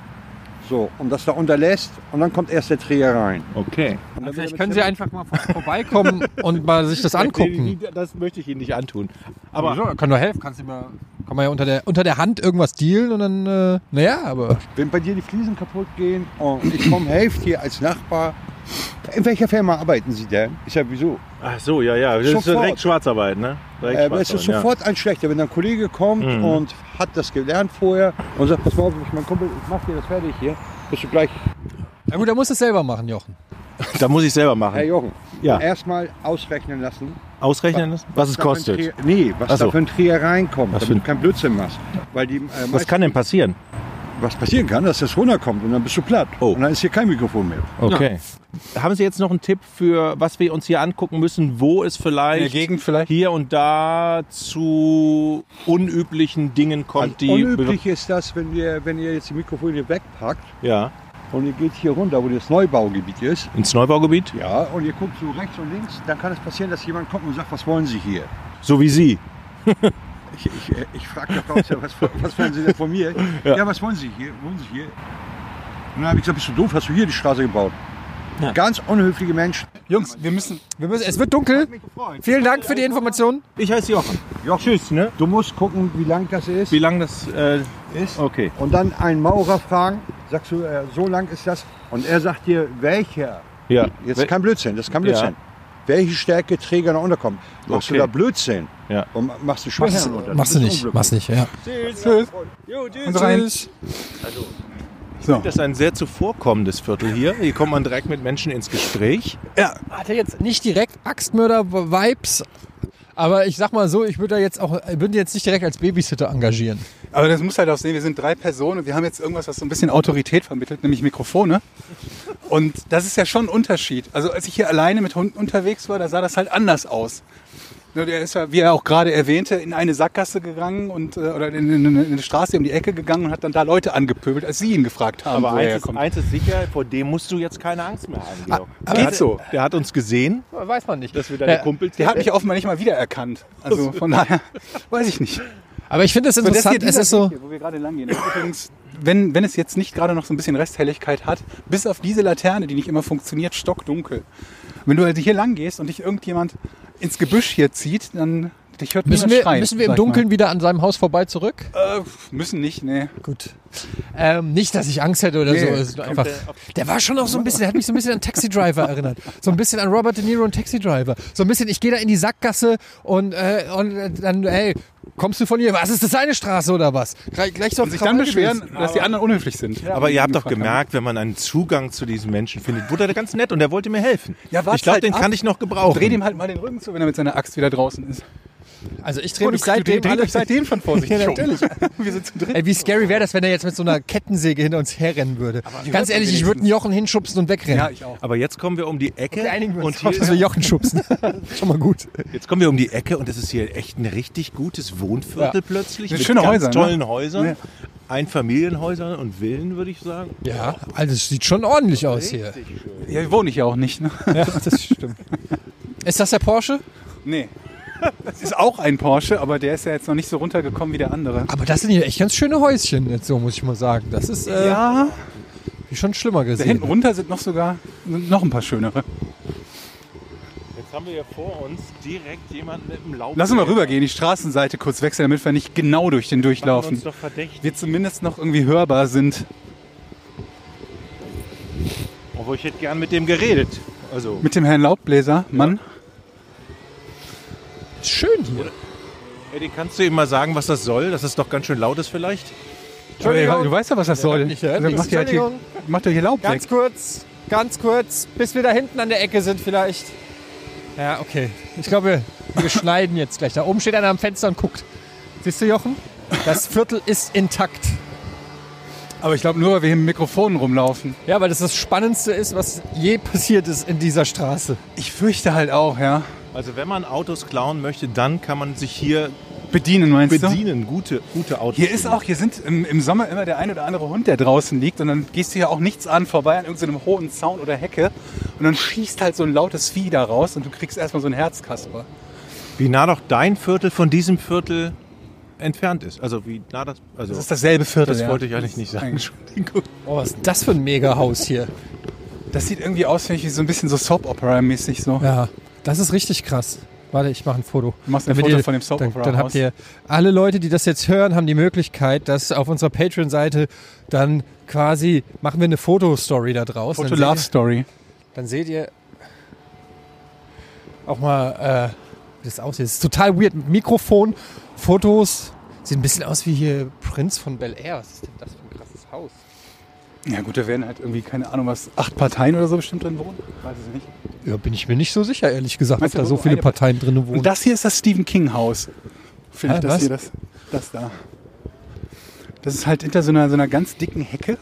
H: So, und das da unterlässt und dann kommt erst der Dreher rein.
A: Okay.
H: Und dann
E: Vielleicht
H: wird
E: können
H: er
E: Sie
H: mit
E: einfach mal vor- vorbeikommen und mal sich das angucken.
A: Das möchte ich Ihnen nicht antun.
E: Aber Wieso? kann nur helfen. Kannst du mal, kann man ja unter der, unter der Hand irgendwas dealen und dann, äh, naja, aber
H: Zip- Wenn bei dir die Fliesen kaputt gehen und ich komme, helft hier als Nachbar. In welcher Firma arbeiten Sie denn? Ich sag, wieso?
A: Ach so, ja, ja. Das ist
H: Sofort.
A: direkt Schwarzarbeit, ne? Direkt
H: Äh, es ist
A: Schwarzarbeit,
H: sofort ein schlechter, wenn dann ein Kollege kommt
A: Mhm.
H: und hat das gelernt vorher und sagt, pass mal auf, ich mein Kumpel, ich mach dir das fertig hier. Bist du gleich,
E: na gut, er muss es selber machen, Jochen.
A: ja. Da muss ich selber machen.
H: Herr Jochen,
A: Ja.
H: erstmal ausrechnen lassen,
A: Ausrechnen, was, was es
H: da für ein
A: kostet.
H: Trier, nee, was
A: Ach so.
H: da für ein Trier reinkommt,
A: Was für
H: damit
A: ein-
H: du keinen Blödsinn machst. Weil die, äh,
A: Was
H: meist-
A: kann denn passieren?
H: was passieren kann, dass das runterkommt und dann bist du platt.
A: Oh.
H: Und dann ist hier kein Mikrofon mehr.
A: Okay. Haben Sie jetzt noch einen Tipp für, was wir uns hier angucken müssen, wo es
F: In der
A: vielleicht
F: Gegend vielleicht?
A: hier und da zu unüblichen Dingen kommt, die.
H: Unüblich ist das, wenn, wir, wenn ihr jetzt die Mikrofone wegpackt
A: Ja.
H: und ihr geht hier runter, wo das Neubaugebiet ist.
A: Ins Neubaugebiet?
H: Ja, und ihr guckt so rechts und links, dann kann es passieren, dass jemand kommt und sagt, was wollen Sie hier?
A: So wie Sie.
H: Ich, ich, äh, ich frage doch raus, ja, was, was wollen Sie denn von mir? Ja. was wollen Sie hier? Wollen Sie hier? Und dann habe ich gesagt, bist du doof, hast du hier die Straße gebaut? Ganz unhöfliche Menschen.
F: Jungs, wir müssen.
E: Wir müssen, es wird dunkel. Vielen Dank für die Information.
A: Ich heiße Jochen. Jochen. Tschüss, ne?
H: Du musst gucken, wie lang das ist.
A: Wie lang das äh,
H: ist.
A: Okay.
H: Und dann einen Maurer fragen, sagst du, äh, so lang ist das. Und er sagt dir, welcher.
A: Ja.
H: Jetzt kein Blödsinn, das ist kein
A: Ja.
H: Blödsinn. Welche Stärke Träger noch unterkommt. Machst
A: Okay.
H: du da Blödsinn?
A: Ja.
H: Und machst du Schwachsinn unter.
E: Machst du nicht, machst nicht, ja.
F: Und rein. So.
A: Das ist ein sehr zuvorkommendes Viertel hier. Hier kommt man direkt mit Menschen ins Gespräch.
E: Hatte jetzt nicht direkt Axtmörder-Vibes, aber ich sag mal so, ich würde da jetzt auch, ich würde jetzt nicht direkt als Babysitter engagieren.
F: Aber das muss halt auch sehen, wir sind drei Personen und wir haben jetzt irgendwas, was so ein bisschen Autorität vermittelt, nämlich Mikrofone. Und das ist ja schon ein Unterschied. Also als ich hier alleine mit Hunden unterwegs war, da sah das halt anders aus. Nur Der ist ja, wie er auch gerade erwähnte, in eine Sackgasse gegangen und äh, oder in, in, in eine Straße um die Ecke gegangen und hat dann da Leute angepöbelt, als sie ihn gefragt haben,
A: Aber
F: wo er
A: eins ist,
F: herkommt.
A: eins ist sicher, vor dem musst du jetzt keine Angst mehr haben, Georg.
F: Geht so.
A: Der hat uns gesehen,
E: Weiß man nicht.
A: dass wir deine
E: Ja.
A: Kumpels
F: Der hat mich offenbar nicht mal wiedererkannt. Also von daher weiß ich nicht.
E: Aber ich finde es
F: Und das hier,
E: interessant, es
F: dieser
E: ist so,
F: Weg hier, wo wir gerade lang gehen. das ist Übrigens, wenn, wenn es jetzt nicht gerade noch so ein bisschen Resthelligkeit hat, bis auf diese Laterne, die nicht immer funktioniert, stockdunkel. Wenn du also hier lang gehst und dich irgendjemand ins Gebüsch hier zieht, dann dich hört
E: müssen
F: niemand
E: wir,
F: schreien.
E: müssen wir im
F: sag ich
E: Dunkeln wieder an seinem Haus vorbei zurück?
F: Mal. Äh, müssen nicht, nee.
E: Gut. Ähm, nicht, dass ich Angst hätte oder so.
F: Nee,
E: Es ist nur einfach, der war schon auch so ein bisschen, der hat mich so ein bisschen an Taxi Driver erinnert. So ein bisschen an Robert De Niro und Taxi Driver. So ein bisschen, ich gehe da in die Sackgasse und, äh, und äh, dann, hey, kommst du von hier? Was ist das eine Straße oder was? Gleich, gleich so
F: Und sich dann
E: Krawall
F: beschweren,
E: gewesen.
F: dass die anderen unhöflich sind.
A: Aber ihr habt doch gemerkt, wenn man einen Zugang zu diesem Menschen findet, wurde er ganz nett und er wollte mir helfen.
F: Ja, warte
A: ich glaube,
F: halt
A: den
F: ab.
A: kann ich noch gebrauchen.
F: Dreh dem halt mal den Rücken zu, wenn er mit seiner Axt wieder draußen ist.
E: Also ich drehe
F: Oh, du-
E: mich seitdem.
F: du dreht
E: alle-
F: euch seitdem schon vorsichtig
E: Ja,
F: um.
E: natürlich.
F: Wir sind zu dritt.
E: Ey, wie scary wäre das, wenn er jetzt mit so einer Kettensäge hinter uns herrennen würde? Ganz ehrlich, ich würde einen Jochen hinschubsen und wegrennen.
F: Ja, ich auch.
A: aber jetzt kommen wir um die Ecke
E: Wir einigen
A: und
E: uns
A: hier,
E: drauf,
F: Also,
E: dass wir Jochen schubsen. Schon mal gut.
A: jetzt kommen wir um die Ecke und es ist hier echt ein richtig gutes Wohnviertel
E: Ja.
A: plötzlich
F: Sind
A: mit
F: schöne
A: ganz
F: Häuser, ne?
A: tollen Häusern,
F: Ja.
A: Einfamilienhäusern und Villen, würde ich sagen.
E: Ja, also es sieht schon ordentlich aus hier.
F: Ja, hier wohne ich ja auch nicht, ne?
E: Ja, das stimmt. Ist das der Porsche?
F: Nee. Das ist auch ein Porsche, aber der ist ja jetzt noch nicht so runtergekommen wie der andere.
E: Aber das sind hier echt ganz schöne Häuschen, jetzt so muss ich mal sagen. Das ist äh,
F: Ja,
E: hab ich schon schlimmer
F: da hinten
E: gesehen.
F: runter sind noch sogar sind noch ein paar schönere.
A: Jetzt haben wir hier vor uns direkt jemanden mit dem Laub.
F: Lass uns mal rübergehen, die Straßenseite kurz wechseln, damit wir nicht genau durch den durchlaufen.
A: doch verdächtig.
F: Wir zumindest noch irgendwie hörbar sind.
A: Obwohl ich hätte gern mit dem geredet. Also,
F: Mit dem Herrn Laubbläser, Mann.
E: Ist schön hier.
A: Eddie, kannst du ihm mal sagen, was das soll? Dass das doch ganz schön laut ist vielleicht?
F: Entschuldigung. Du weißt ja, was das soll.
A: nicht, ja?
F: Also macht ihr halt hier, macht ihr hier Laub weg.
E: Ganz kurz, ganz kurz, bis wir da hinten an der Ecke sind vielleicht. Ja, okay. Ich glaube, wir, wir schneiden jetzt gleich. Da oben steht einer am Fenster und guckt. Siehst du, Jochen? Das Viertel ist intakt.
F: Aber ich glaube nur, weil wir hier mit Mikrofonen rumlaufen.
E: Ja, weil das das Spannendste ist, was je passiert ist in dieser Straße.
F: Ich fürchte halt auch, ja.
A: Also wenn man Autos klauen möchte, dann kann man sich hier
F: Bedienen meinst du?
A: bedienen. Gute, gute Autos.
F: Hier ist auch, hier sind im, im Sommer immer der ein oder andere Hund, der draußen liegt und dann gehst du ja auch nichts an vorbei an irgendeinem hohen Zaun oder Hecke und dann schießt halt so ein lautes Vieh da raus und du kriegst erstmal so ein Herzkasper.
A: Wie nah doch dein Viertel von diesem Viertel entfernt ist. Also wie nah das... Also
F: Das ist dasselbe Viertel.
A: Das wollte ich eigentlich nicht sagen.
F: Entschuldigung.
E: Oh, was ist das für ein Megahaus hier?
F: Das sieht irgendwie aus, finde ich, so ein bisschen so Soap-Opera-mäßig so.
E: Ja, das ist richtig krass. Warte, ich mache ein Foto.
F: Du machst ein
E: Damit
F: Foto
E: ihr,
F: von dem Soap
E: dann,
F: Opera
E: dann habt
F: Haus.
E: ihr alle Leute, die das jetzt hören, haben die Möglichkeit, dass auf unserer Patreon-Seite dann quasi machen wir eine Fotostory da draus.
F: Foto
E: dann,
F: Love
E: seht
F: Story.
E: ihr, dann seht ihr auch mal, äh, wie das aussieht. Es ist total weird mit Mikrofon, Fotos. Sieht ein bisschen aus wie hier Prinz von Bel Air. Was ist denn das für ein krasses Haus?
F: Ja gut, da werden halt irgendwie, keine Ahnung was, acht Parteien oder so bestimmt drin wohnen. Weiß ich nicht.
E: Ja, bin ich mir nicht so sicher, ehrlich gesagt,
F: Meinst
E: ob
F: du,
E: da so
F: wo
E: viele
F: eine-
E: Parteien drin wohnen.
F: Und das hier ist das Stephen King Haus.
E: Hä,
F: Vielleicht das
E: was?
F: hier, das, das da. Das ist halt hinter so einer, so einer ganz dicken Hecke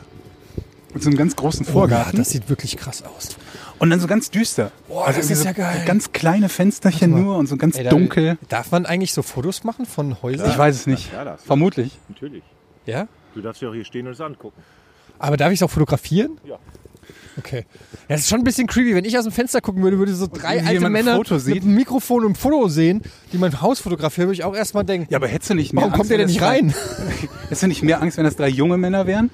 F: und so einem ganz großen
E: Vorgarten.
F: Vorgarten.
E: Oh, das sieht wirklich krass aus.
F: und dann so ganz düster. Also
E: Boah, das
F: irgendwie
E: ist
F: so,
E: ja geil.
F: So ganz kleine Fensterchen
E: Warte mal.
F: nur und so ganz
E: Ey, da-
F: dunkel.
E: Darf man eigentlich so Fotos machen von Häusern?
F: Ich weiß es nicht.
G: Ja, das.
F: Vermutlich.
G: Natürlich.
E: Ja?
G: Du darfst ja auch hier stehen und es angucken.
E: Aber darf ich es auch fotografieren?
G: Ja.
E: Okay. Das ist schon ein bisschen creepy. Wenn ich aus dem Fenster gucken würde, würde so drei
F: wie
E: alte
F: jemand ein
E: Männer
F: Foto
E: mit
F: sieht.
E: einem Mikrofon und ein Foto sehen, die mein Haus fotografieren, würde ich auch erstmal denken,
F: Ja, aber hättest du nicht mehr
E: warum
F: Angst,
E: kommt der
F: wenn
E: denn nicht
F: das drei-
E: rein?
F: Hättest du nicht mehr Angst, wenn das drei junge Männer wären?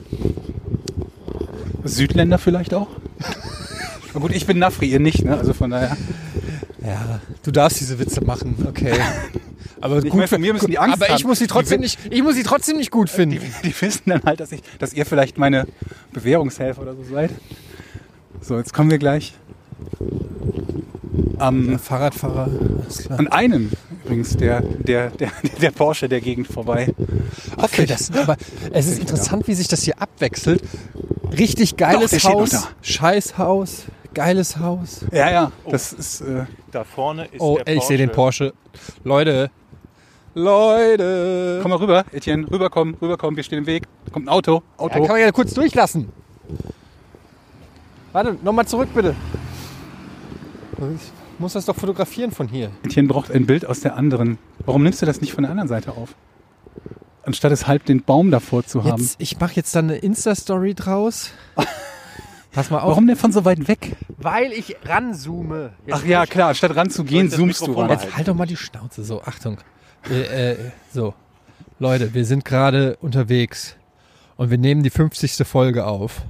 F: Südländer vielleicht auch? Na gut, ich bin Nafri, ihr nicht, ne? Also von daher.
E: Ja, du darfst diese Witze machen, okay. Aber gut,
F: meine, von mir müssen die Angst
E: aber ich
F: haben.
E: muss sie
F: Die
E: trotzdem
F: Wit-
E: nicht, ich muss sie trotzdem nicht gut finden.
F: Die wissen dann halt, dass, ich, dass ihr vielleicht meine Bewährungshelfer oder so seid. So, jetzt kommen wir gleich. Am,
E: Fahrradfahrer, alles klar.
F: an einem übrigens, der, der, der, der Porsche der Gegend vorbei.
E: Okay, das, aber es
F: Genau.
E: ist interessant, wie sich das hier abwechselt. Richtig geiles
F: der steht noch
E: Haus,
F: da.
E: scheiß Haus, geiles Haus.
F: Ja, ja, das ist. Äh,
A: Da vorne ist
E: Oh,
A: der
E: ey, ich sehe den Porsche. Leute, Leute.
F: komm mal rüber, Etienne, rüberkommen, rüberkommen, wir stehen im Weg. Da kommt ein Auto,
E: ja, kann
F: Auto.
E: man ja kurz durchlassen. Warte, nochmal zurück bitte. Ich muss das doch fotografieren von hier.
F: Etienne braucht ein Bild aus der anderen. Warum nimmst du das nicht von der anderen Seite auf? Anstatt es halb den Baum davor zu haben.
E: Jetzt, ich mache jetzt dann eine Insta-Story draus. Pass mal auf.
F: Warum denn von so weit weg?
E: Weil ich ranzoome. Jetzt
F: Ach ja, klar, statt ranzugehen,
A: das
F: zoomst du
A: Mikrofon
F: ran.
A: mal
E: Jetzt halt doch mal die Schnauze. So, Achtung. Äh, äh, so. Leute, wir sind gerade unterwegs und wir nehmen die 50. Folge auf.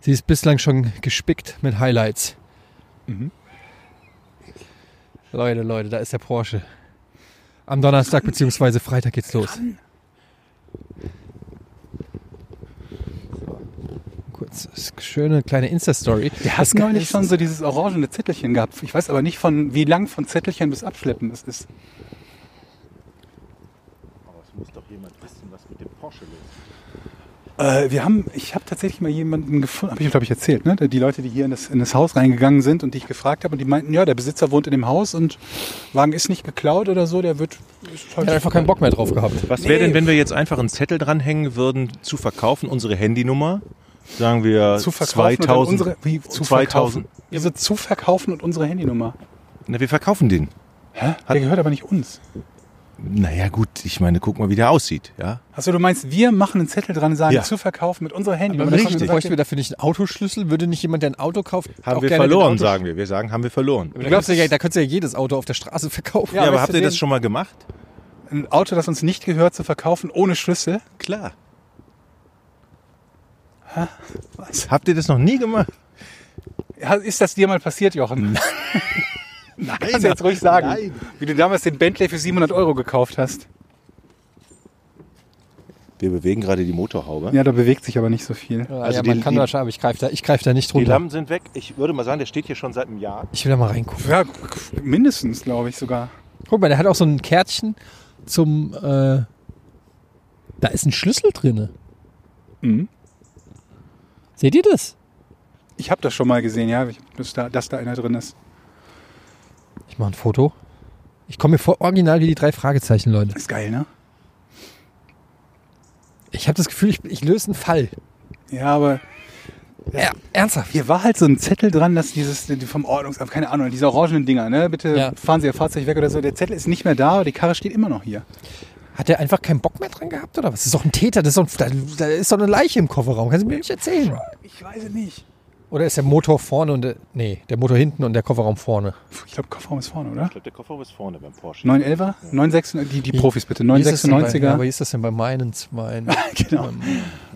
E: Sie ist bislang schon gespickt mit Highlights. Leute, Leute, da ist der Porsche. Am Donnerstag bzw. Freitag geht's los. So. Kurz, schöne kleine Insta-Story.
F: Der hat neulich schon so dieses orangene Zettelchen gehabt. Ich weiß aber nicht, von wie lang von Zettelchen bis Abschleppen es ist.
G: Aber es muss doch jemand wissen, was mit dem Porsche los ist.
F: Äh, wir haben, ich habe tatsächlich mal jemanden gefunden, habe ich glaube ich erzählt, ne? Die Leute, die hier in das, in das Haus reingegangen sind und die ich gefragt habe und die meinten, ja, der Besitzer wohnt in dem Haus und Wagen ist nicht geklaut oder so, der wird. Ist
E: Ich
F: halt
E: hab einfach keinen Bock mehr drauf gehabt.
A: Was wäre denn, wenn wir jetzt einfach einen Zettel dranhängen würden, zu verkaufen, unsere Handynummer? Sagen wir
F: zu verkaufen und dann
A: 2000.
F: unsere wie, zu
A: 2000.
F: verkaufen. Wieso zu verkaufen und unsere Handynummer?
A: Na, wir verkaufen den.
F: Hä? Der gehört aber nicht uns.
A: Naja, gut, ich meine, guck mal, wie der aussieht, ja?
F: Also du meinst, wir machen einen Zettel dran, sagen
A: Ja.
F: zu verkaufen mit unserer Handynummer.
A: Aber
F: Das
A: richtig.
F: haben wir gesagt,
E: Bräuchten wir dafür nicht einen Autoschlüssel? Würde nicht jemand, der ein Auto kauft,
A: Haben
E: auch
A: wir
E: gerne den
A: verloren,
E: Autoschlüssel-
A: sagen wir. Wir sagen, haben wir verloren.
E: Da könntest, du ja, da könntest du ja jedes Auto auf der Straße verkaufen.
A: Ja,
F: aber
A: aber
F: hast
A: habt
F: du
A: ihr das
F: den-
A: schon mal gemacht?
F: Ein Auto, das uns nicht gehört, zu verkaufen ohne Schlüssel.
A: Klar.
F: Was?
A: Habt ihr das noch nie gemacht?
F: Ja, Ist das dir mal passiert, Jochen? Nein. Kannst du jetzt ruhig sagen, wie du damals den Bentley für 700 Euro gekauft hast.
A: Wir bewegen gerade die Motorhaube.
F: Ja, da bewegt sich aber nicht so viel.
E: Ja,
A: Also
E: ja,
A: die-
E: man kann
A: die-
E: wahrscheinlich, aber ich greife da, ich greif da nicht
A: Die
E: drunter.
A: Lampen sind weg. Ich würde mal sagen, der steht hier schon seit einem Jahr.
E: Ich will da mal reingucken.
F: Ja, mindestens, glaube ich sogar.
E: Guck mal, der hat auch so ein Kärtchen zum, äh, da ist ein Schlüssel drinne.
F: Mhm.
E: Seht ihr das?
F: Ich habe das schon mal gesehen, ja, ich- dass da, dass da einer drin ist.
E: Ich mache ein Foto. Ich komme mir vor original wie die drei Fragezeichen, Leute.
F: Ist geil, ne?
E: Ich habe das Gefühl, ich, ich löse einen Fall.
F: Ja, aber
E: Ja, ernsthaft.
F: hier war halt so ein Zettel dran, dass dieses die vom Ordnungsamt, keine Ahnung, diese orangenen Dinger, ne? Bitte
E: Ja.
F: fahren Sie Ihr Fahrzeug weg oder so. Der Zettel ist nicht mehr da, aber die Karre steht immer noch hier.
E: Hat der einfach keinen Bock mehr dran gehabt oder was? Das ist doch ein Täter, das ist doch, da, da ist doch eine Leiche im Kofferraum. Kannst du mir nicht erzählen?
F: Ich weiß es nicht.
E: Oder ist der Motor vorne und der, nee, der Motor hinten und der Kofferraum vorne?
F: Puh, Ich glaube, Kofferraum ist vorne, oder?
A: Ich glaube, der Kofferraum ist vorne beim Porsche.
F: 911er? 996, die, die Profis bitte.
E: Wie ist das denn Bei, ja, aber
F: 996er.
E: wie ist das denn bei meinen zwei?
F: genau.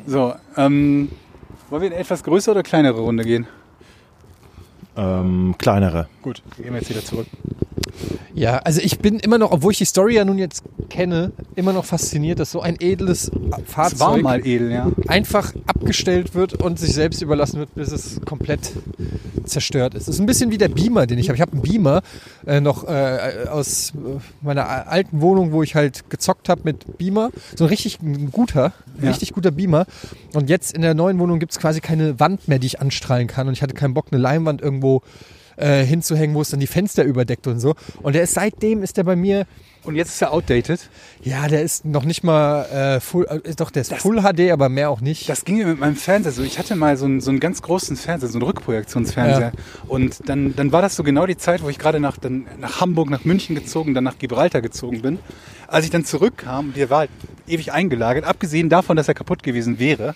F: So, ähm, wollen wir in etwas größere oder kleinere Runde gehen?
A: Ähm, kleinere.
F: Gut, wir gehen jetzt wieder zurück.
E: Ja, also ich bin immer noch, obwohl ich die Story ja nun jetzt kenne, immer noch fasziniert, dass so ein edles
F: Es war
E: Fahrzeug
F: mal edel, ja.
E: einfach abgestellt wird und sich selbst überlassen wird, bis es komplett zerstört ist. Das ist ein bisschen wie der Beamer, den ich habe. Ich habe einen Beamer äh, noch äh, aus äh, meiner a- alten Wohnung, wo ich halt gezockt habe mit Beamer. So ein richtig ein guter, ein
F: Ja.
E: richtig guter Beamer. Und jetzt in der neuen Wohnung gibt es quasi keine Wand mehr, die ich anstrahlen kann. Und ich hatte keinen Bock, eine Leinwand irgendwo äh, hinzuhängen, wo es dann die Fenster überdeckt und so. Und der ist seitdem ist der bei mir
F: Und jetzt ist er outdated.
E: ja, der ist noch nicht mal äh, Full, äh, doch, der ist Full HD, aber mehr auch nicht.
F: Das ging mir mit meinem Fernseher so. Ich hatte mal so einen, so einen ganz großen Fernseher, so einen Rückprojektionsfernseher. Und dann, dann war das so genau die Zeit, wo ich gerade nach, dann nach Hamburg, nach München gezogen, dann nach Gibraltar gezogen bin. Als ich dann zurückkam, der war halt ewig eingelagert, abgesehen davon, dass er kaputt gewesen wäre.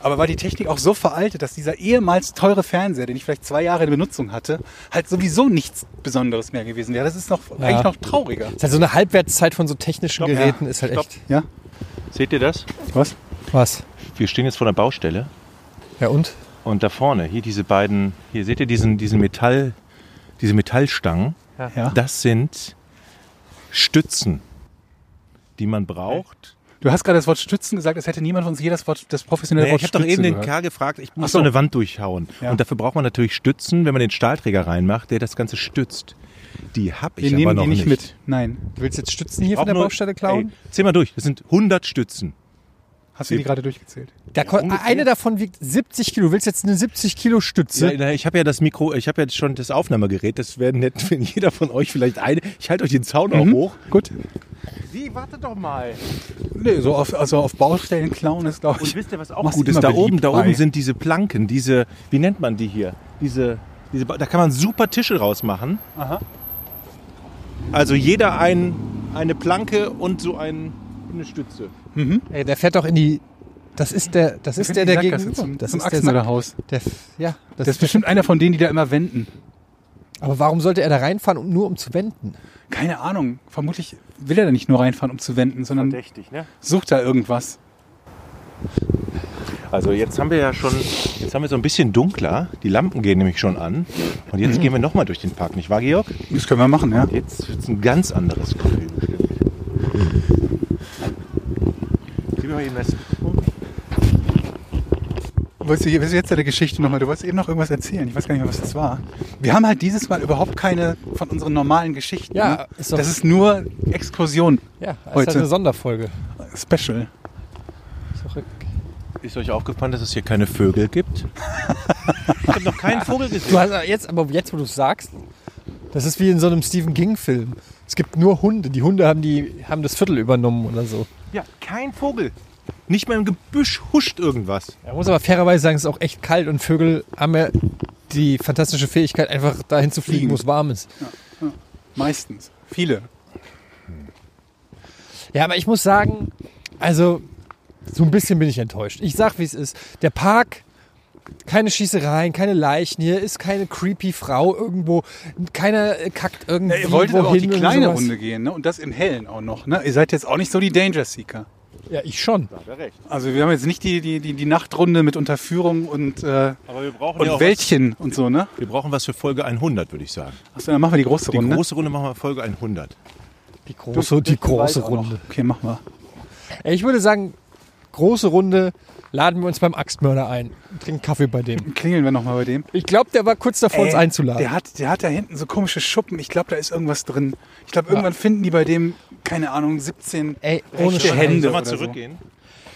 F: Aber war die Technik auch so veraltet, dass dieser ehemals teure Fernseher, den ich vielleicht zwei Jahre in Benutzung hatte, halt sowieso nichts Besonderes mehr gewesen wäre. Das ist noch, eigentlich noch trauriger.
E: ist halt so eine Halbwertszeit von so technischen
A: Stopp.
E: Geräten
A: Ja.
E: ist halt
A: Stopp.
E: echt.
F: Ja?
A: Seht ihr das?
F: Was?
E: Was?
A: Wir stehen jetzt vor der Baustelle
E: Ja und?
A: und da vorne, hier diese beiden, hier seht ihr diesen, diesen Metall, diese Metallstangen?
F: Ja.
A: Das sind Stützen, die man braucht.
F: Du hast gerade das Wort Stützen gesagt, es hätte niemand von uns je das Wort, das professionelle
A: Naja,
F: Wort
A: ich habe doch eben den
F: gehört.
A: Kerl gefragt, ich muss
F: so.
A: so eine Wand durchhauen.
F: Ja.
A: Und dafür braucht man natürlich Stützen, wenn man den Stahlträger reinmacht, der das Ganze stützt. Die habe ich
F: Wir
A: aber
F: nehmen
A: noch
F: die nicht
A: nicht
F: mit. Nein.
E: Du willst jetzt Stützen hier
A: Brauch
E: von der
A: nur-
E: Baustelle klauen?
A: Ey, zähl mal durch, das sind 100 Stützen.
F: Hast du die gerade durchgezählt?
E: Da ko- eine davon wiegt 70 Kilo. Du willst jetzt eine 70 Kilo Stütze?
A: Ja, na, ich habe ja das Mikro, ich habe ja schon das Aufnahmegerät. Das wäre nett, wenn jeder von euch vielleicht eine. Ich halte euch den Zaun
F: Mhm.
A: auch hoch.
F: Gut.
A: Wie, warte doch mal.
F: Nee, so auf, also auf Baustellen klauen ist, glaube
A: Und
F: ich.
A: wisst ihr, was auch
F: machst
A: gut
F: du
A: ist?
F: immer
A: Da oben,
F: beliebt
A: da
F: bei.
A: oben sind diese Planken, diese, wie nennt man die hier? Diese, diese, Ba- da kann man super Tische rausmachen.
F: Aha.
A: Also jeder ein, eine Planke und so ein, eine Stütze.
E: Ey, der fährt doch in die. Das ist der, das ist der, der gegenüber.
F: Zum,
E: das
F: zum
E: ist der, Sack.
F: Achsenmörderhaus.
E: der f- Ja, das,
F: Das ist bestimmt einer von denen, die da immer wenden.
E: Aber warum sollte er da reinfahren, um, nur um zu wenden?
F: Keine Ahnung. Vermutlich will er da nicht nur reinfahren, um zu wenden, sondern
A: Verdächtig, ne?
F: sucht da irgendwas.
A: Also jetzt haben wir ja schon, jetzt haben wir so ein bisschen dunkler. Die Lampen gehen nämlich schon an. Und jetzt gehen wir nochmal durch den Park, nicht wahr, Georg?
F: Das können wir machen, ja.
A: Jetzt wird es ein ganz anderes Gefühl bestimmt. Gib mir mal eben das.
F: Willst du, willst du jetzt deine Geschichte nochmal? Du wolltest eben noch irgendwas erzählen. Ich weiß gar nicht mehr, was das war. Wir haben halt dieses Mal überhaupt keine von unseren normalen Geschichten.
E: Ja,
F: ne?
E: ist doch-
F: das ist nur Exkursion.
E: Ja, das ist
F: Heute.
E: halt eine Sonderfolge.
F: Special.
E: Ist doch-
A: Ist euch aufgefallen, dass es hier keine Vögel gibt? ich habe noch keinen Vogel
E: Du
A: gesehen.
E: hast aber jetzt, aber jetzt, wo du es sagst, das ist wie in so einem Stephen King-Film. Es gibt nur Hunde. Die Hunde haben, die, haben das Viertel übernommen oder so.
A: Ja, kein Vogel. Nicht mal im Gebüsch huscht irgendwas.
E: Man muss aber fairerweise sagen, es ist auch echt kalt und Vögel haben ja die fantastische Fähigkeit, einfach dahin zu fliegen, wo es warm ist.
F: Meistens. Viele.
E: Ja, aber ich muss sagen, also so ein bisschen bin ich enttäuscht. Ich sag, wie es ist. Der Park, keine Schießereien, keine Leichen, hier ist keine creepy Frau irgendwo, keiner äh, kackt irgendwie.
F: Ja, ihr wolltet aber auch die
E: wohin und
F: kleine
E: sowas.
F: Runde gehen, ne? Und das im Hellen auch noch, ne? Ihr seid jetzt auch nicht so die Danger Seeker.
E: Ja, ich schon.
F: Also wir haben jetzt nicht die, die, die, die Nachtrunde mit Unterführung und, äh,
A: Aber wir brauchen
F: und Wäldchen und so, ne?
A: was, wir brauchen was für Folge 100, würde ich sagen.
F: Achso, dann machen wir die große
A: Die
F: Runde.
A: große Runde machen wir Folge 100.
E: Die große, die große Runde.
F: Okay, machen wir.
E: Ey, Ich würde sagen, große Runde laden wir uns beim Axtmörder ein und trinken Kaffee bei dem.
F: Klingeln wir nochmal bei dem.
E: Ich glaube, der war kurz davor, uns
F: Ey,
E: einzuladen.
F: Der hat, der hat da hinten so komische Schuppen. Ich glaube, da ist irgendwas drin. Ich glaube, irgendwann finden die bei dem, keine Ahnung, 17
E: Ey, ohne
F: rechte
E: Scheiß.
A: Sollen
F: Hände.
A: wir
F: oder
A: zurückgehen?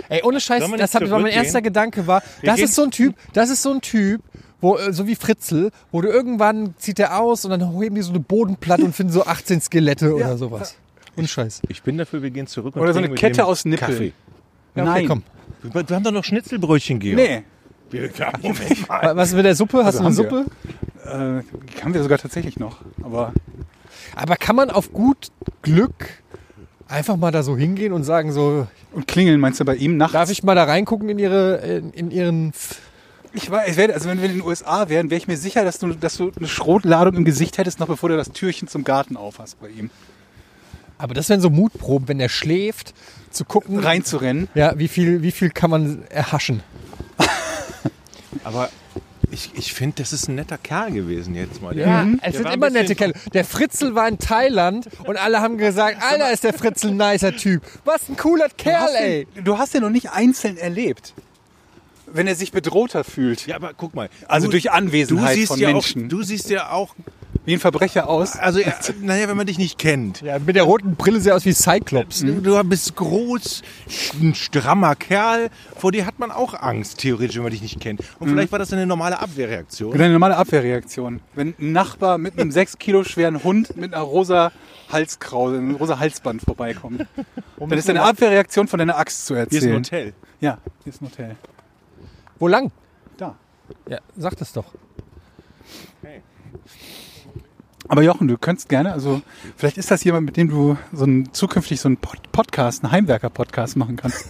E: Ey, ohne Scheiß,
A: Sollen wir
E: das
A: nicht
E: hab, war mein
A: zurückgehen?
E: erster Gedanke war, das
A: gehen-
E: ist so ein Typ, das ist so ein Typ, wo, äh, so wie Fritzl, wo du irgendwann zieht er aus und dann heben die so eine Bodenplatte und finden so 18 Skelette oder sowas. Ohne Scheiß.
A: Ich bin dafür, wir gehen zurück. Und
F: Oder so eine
A: trinken mit
F: Kette
A: dem
F: aus Nippel.
A: Kaffee.
F: So.
E: Okay,
F: Nein.
E: komm.
A: Wir, wir haben doch noch Schnitzelbrötchen, Georg.
F: Nee,
E: Wa- Was ist mit der Suppe? Hast du eine
F: Also
E: Suppe?
F: äh, haben wir sogar tatsächlich noch. Aber
E: Aber kann man auf gut Glück einfach mal da so hingehen und sagen so,
F: und klingeln meinst du bei ihm nachts?
E: darf ich mal da reingucken in ihre, in, in ihren, F-
F: Ich weiß, ich werde, also wenn wir in den USA wären, wäre ich mir sicher, dass du, dass du eine Schrotladung im Gesicht hättest, noch bevor du das Türchen zum Garten aufhast bei ihm.
E: aber das wären so Mutproben, wenn er schläft, zu gucken,
F: Reinzurennen.
E: ja, wie viel, wie viel kann man erhaschen?
A: Aber ich, ich finde, das ist ein netter Kerl gewesen jetzt mal.
E: Ja, es
A: Der
E: sind
A: war ein
E: immer
A: bisschen-
E: nette Kerle. Der Fritzl war in Thailand und alle haben gesagt, Alter, ist der Fritzl ein nicer Typ. Was ein cooler Kerl, ey.
F: den, du hast den noch nicht einzeln erlebt. Wenn er sich bedrohter fühlt.
A: Ja, aber guck mal.
F: Also durch Anwesenheit von
A: ja
F: Menschen.
A: Auch, du siehst ja auch,
F: Wie ein Verbrecher aus.
A: also äh, naja, wenn man dich nicht kennt.
E: Ja, mit der roten Brille sieht er aus wie Cyclops.
A: Du bist groß, ein strammer Kerl. Vor dir hat man auch Angst, theoretisch, wenn man dich nicht kennt. Und vielleicht war das eine normale Abwehrreaktion.
F: Eine normale Abwehrreaktion. Wenn ein Nachbar mit einem 6 Kilo schweren Hund mit einer rosa Halskrause, einem rosa Halsband vorbeikommt, dann ist deine Abwehrreaktion von deiner Axt zu
A: Hier ist ein
F: erzählen.
A: Hotel.
F: Ja, hier ist ein Hotel.
E: Wo lang?
F: Da.
E: Ja, sag das doch.
F: Aber Jochen, du könntest gerne, also vielleicht ist das jemand, mit dem du so einen, zukünftig so einen Pod Podcast, einen Heimwerker-Podcast machen kannst.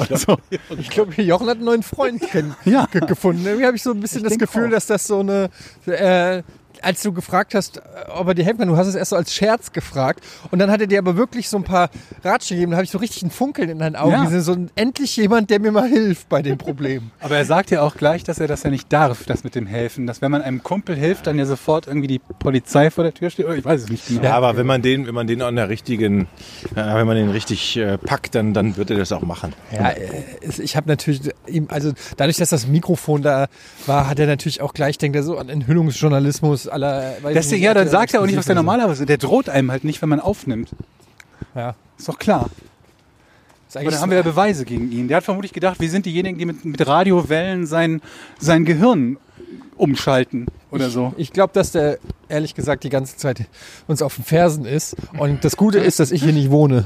F: Oder so.
E: Ich glaube, Jochen hat einen neuen Freund kennen,
F: Ja.
E: ge- gefunden. Irgendwie habe ich so ein bisschen das
F: denk
E: Gefühl,
F: auch.
E: dass das so eine... Äh, als du gefragt hast, äh, ob er dir helfen kann, du hast es erst so als Scherz gefragt und dann hat er dir aber wirklich so ein paar Ratschläge gegeben, da habe ich so richtig ein Funkeln in deinen Augen
F: Ja.
E: gesehen, so ein- endlich jemand, der mir mal hilft bei dem Problem.
F: Aber er sagt ja auch gleich, dass er das ja nicht darf, das mit dem Helfen. Dass wenn man einem Kumpel hilft, dann ja sofort irgendwie die Polizei vor der Tür steht. Oder ich weiß es nicht genau.
A: Ja, aber wenn man den, wenn man den an der richtigen, äh, wenn man den richtig äh, packt, dann, dann wird er das auch machen.
E: Ja,
F: Genau.
E: äh, es- ich habe natürlich ihm, also dadurch, dass das Mikrofon da war, hat er natürlich auch gleich, denkt er so an Enthüllungsjournalismus aller.
F: Deswegen, ja, dann sagt er auch nicht, was der normalerweise. Der droht einem halt nicht, wenn man aufnimmt.
E: Ja.
F: Ist doch klar.
E: Ist
F: Aber
E: eigentlich
F: dann haben wir ja Beweise gegen ihn. Der hat vermutlich gedacht, wir sind diejenigen, die mit, mit Radiowellen sein, sein Gehirn umschalten oder so.
E: Ich glaube, dass der ehrlich gesagt die ganze Zeit uns auf den Fersen ist. Und das Gute ist, dass ich hier nicht wohne.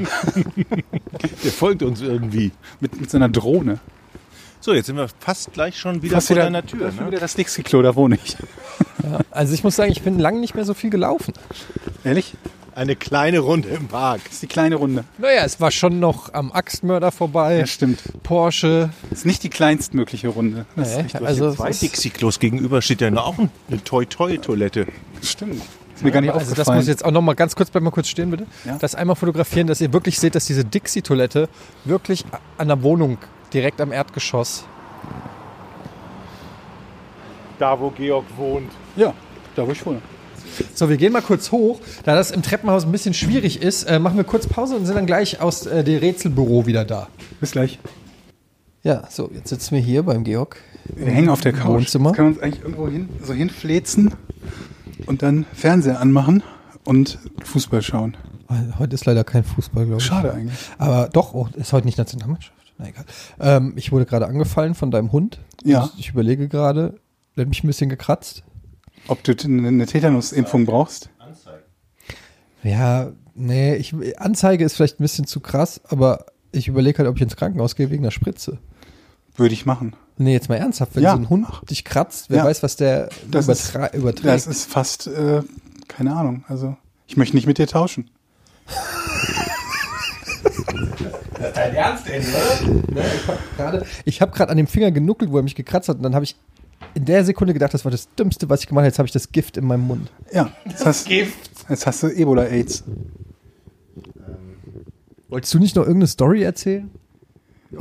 A: Der folgt uns irgendwie.
F: Mit, mit so einer Drohne.
A: So, jetzt sind wir fast gleich schon wieder
F: Fast
A: vor
F: wieder-
A: deiner Tür.
F: Das ist
A: Ne?
F: wieder das nächste Klo, da wohne ich.
E: Also ich muss sagen, ich bin lange nicht mehr so viel gelaufen.
F: Ehrlich?
A: Eine kleine Runde im Park.
F: Das ist die kleine Runde.
E: Naja, es war schon noch am Axtmörder vorbei.
F: Ja, stimmt.
E: Porsche.
F: Das ist nicht die kleinstmögliche Runde. Das ist
E: Nee,
F: richtig.
E: also
A: Bei
E: es ist,
A: Dixie-Klos gegenüber steht ja nur auch eine Toi-Toi-Toilette.
F: stimmt. Ist mir gar nicht
E: also das
F: aufgefallen.
E: muss jetzt auch noch mal ganz kurz, bleib mal kurz stehen bitte.
F: Ja.
E: Das einmal fotografieren, dass ihr wirklich seht, dass diese Dixie-Toilette wirklich an der Wohnung direkt am Erdgeschoss.
A: Da, wo Georg wohnt.
F: ja, da wo ich wohne.
E: So, wir gehen mal kurz hoch. Da das im Treppenhaus ein bisschen schwierig ist, äh, machen wir kurz Pause und sind dann gleich aus äh, dem Rätselbüro wieder da.
F: Bis gleich.
E: Ja, so, jetzt sitzen wir hier beim Georg.
F: Wir hängen auf der Couch.
E: Wohnzimmer.
F: Jetzt Können wir uns eigentlich irgendwo hin, so hinflezen und dann Fernseher anmachen und Fußball schauen.
E: Heute ist leider kein Fußball, glaube ich.
F: Schade eigentlich.
E: Aber doch, oh, ist heute nicht Nationalmannschaft. Na egal. Ähm, ich wurde gerade angefallen von deinem Hund.
F: Ja.
E: Ich, ich überlege gerade, der hat mich ein bisschen gekratzt.
F: Ob du t- eine Tetanus-Impfung brauchst?
E: Ja, nee, ich, Anzeige ist vielleicht ein bisschen zu krass, aber ich überlege halt, ob ich ins Krankenhaus gehe wegen einer Spritze.
F: Würde ich machen.
E: Nee, jetzt mal ernsthaft, wenn
F: Ja.
E: so ein Hund dich kratzt, wer
F: Ja.
E: weiß, was der
F: Das
E: übertra
F: ist-
E: überträgt.
F: Das ist fast, äh, keine Ahnung. Also, ich möchte nicht mit dir tauschen.
E: gerade, ich habe gerade an dem Finger genuckelt, wo er mich gekratzt hat, und dann habe ich in der Sekunde gedacht, das war das Dümmste, was ich gemacht habe. Jetzt habe ich das Gift in meinem Mund.
F: Ja, jetzt hast, jetzt hast du Ebola-Aids.
E: Wolltest du nicht noch irgendeine Story erzählen?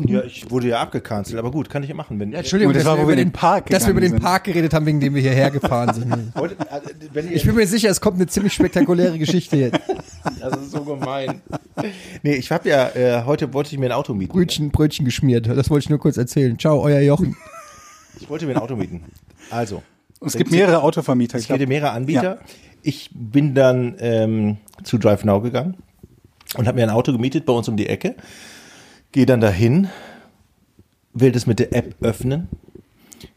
A: Ja, ich wurde ja abgecancelt, aber gut, kann ich machen. Wenn,
E: Entschuldigung,
F: das war, wo wir in den Park
E: dass wir über den
F: gegangen sind.
E: Park geredet haben, wegen dem wir hierher gefahren sind.
A: Heute, also, wenn ihr,
E: Ich bin mir sicher, es kommt eine ziemlich spektakuläre Geschichte jetzt.
A: Das ist so gemein. Nee, ich habe ja, äh, heute wollte ich mir ein Auto mieten.
E: Brötchen, Brötchen geschmiert. Das wollte ich nur kurz erzählen. Ciao, euer Jochen.
A: Ich wollte mir ein Auto mieten. Also,
F: Es gibt mehrere Autovermieter.
A: es gibt ja mehrere Anbieter. Ich bin dann ähm, zu DriveNow gegangen und habe mir ein Auto gemietet bei uns um die Ecke. Gehe dann dahin, will das mit der App öffnen.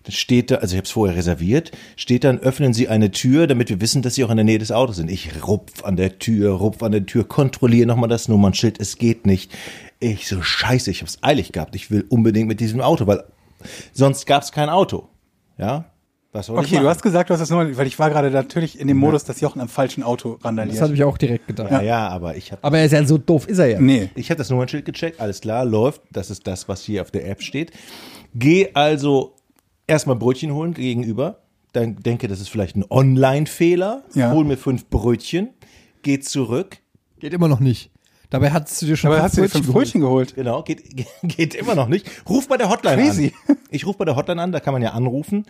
A: Das steht da, also ich habe es vorher reserviert, steht dann, öffnen Sie eine Tür, damit wir wissen, dass Sie auch in der Nähe des Autos sind. Ich rupf an der Tür, rupf an der Tür, kontrolliere nochmal das Nummernschild, es geht nicht. Ich so, scheiße, ich habe es eilig gehabt, ich will unbedingt mit diesem Auto, weil sonst gab es kein Auto. Ja, was soll ich
F: Okay,
A: machen?
F: du hast gesagt, du hast das nochmal, weil ich war gerade natürlich in dem Modus, dass Jochen am falschen Auto
E: Das habe
F: randaliert.
E: ich auch direkt gedacht.
A: Ja, ja, aber ich habe
E: Aber er ist ja so doof, ist er ja.
F: Nee.
A: Ich habe das Nummernschild gecheckt, alles klar, läuft. Das ist das, was hier auf der App steht. Geh also erstmal Brötchen holen gegenüber. Dann denke, das ist vielleicht ein Online-Fehler.
F: Ja.
A: Hol mir fünf Brötchen. Geh zurück.
E: Geht immer noch nicht. Dabei hattest du dir schon
F: Aber
E: fünf
F: hast du dir
E: Brötchen
F: fünf
E: geholt.
F: Brötchen
A: Genau,
F: geholt?
A: geht, geht immer noch nicht. Ruf bei der Hotline
F: Crazy. Mhm.
A: an. Ich rufe bei der Hotline an, da kann man ja anrufen.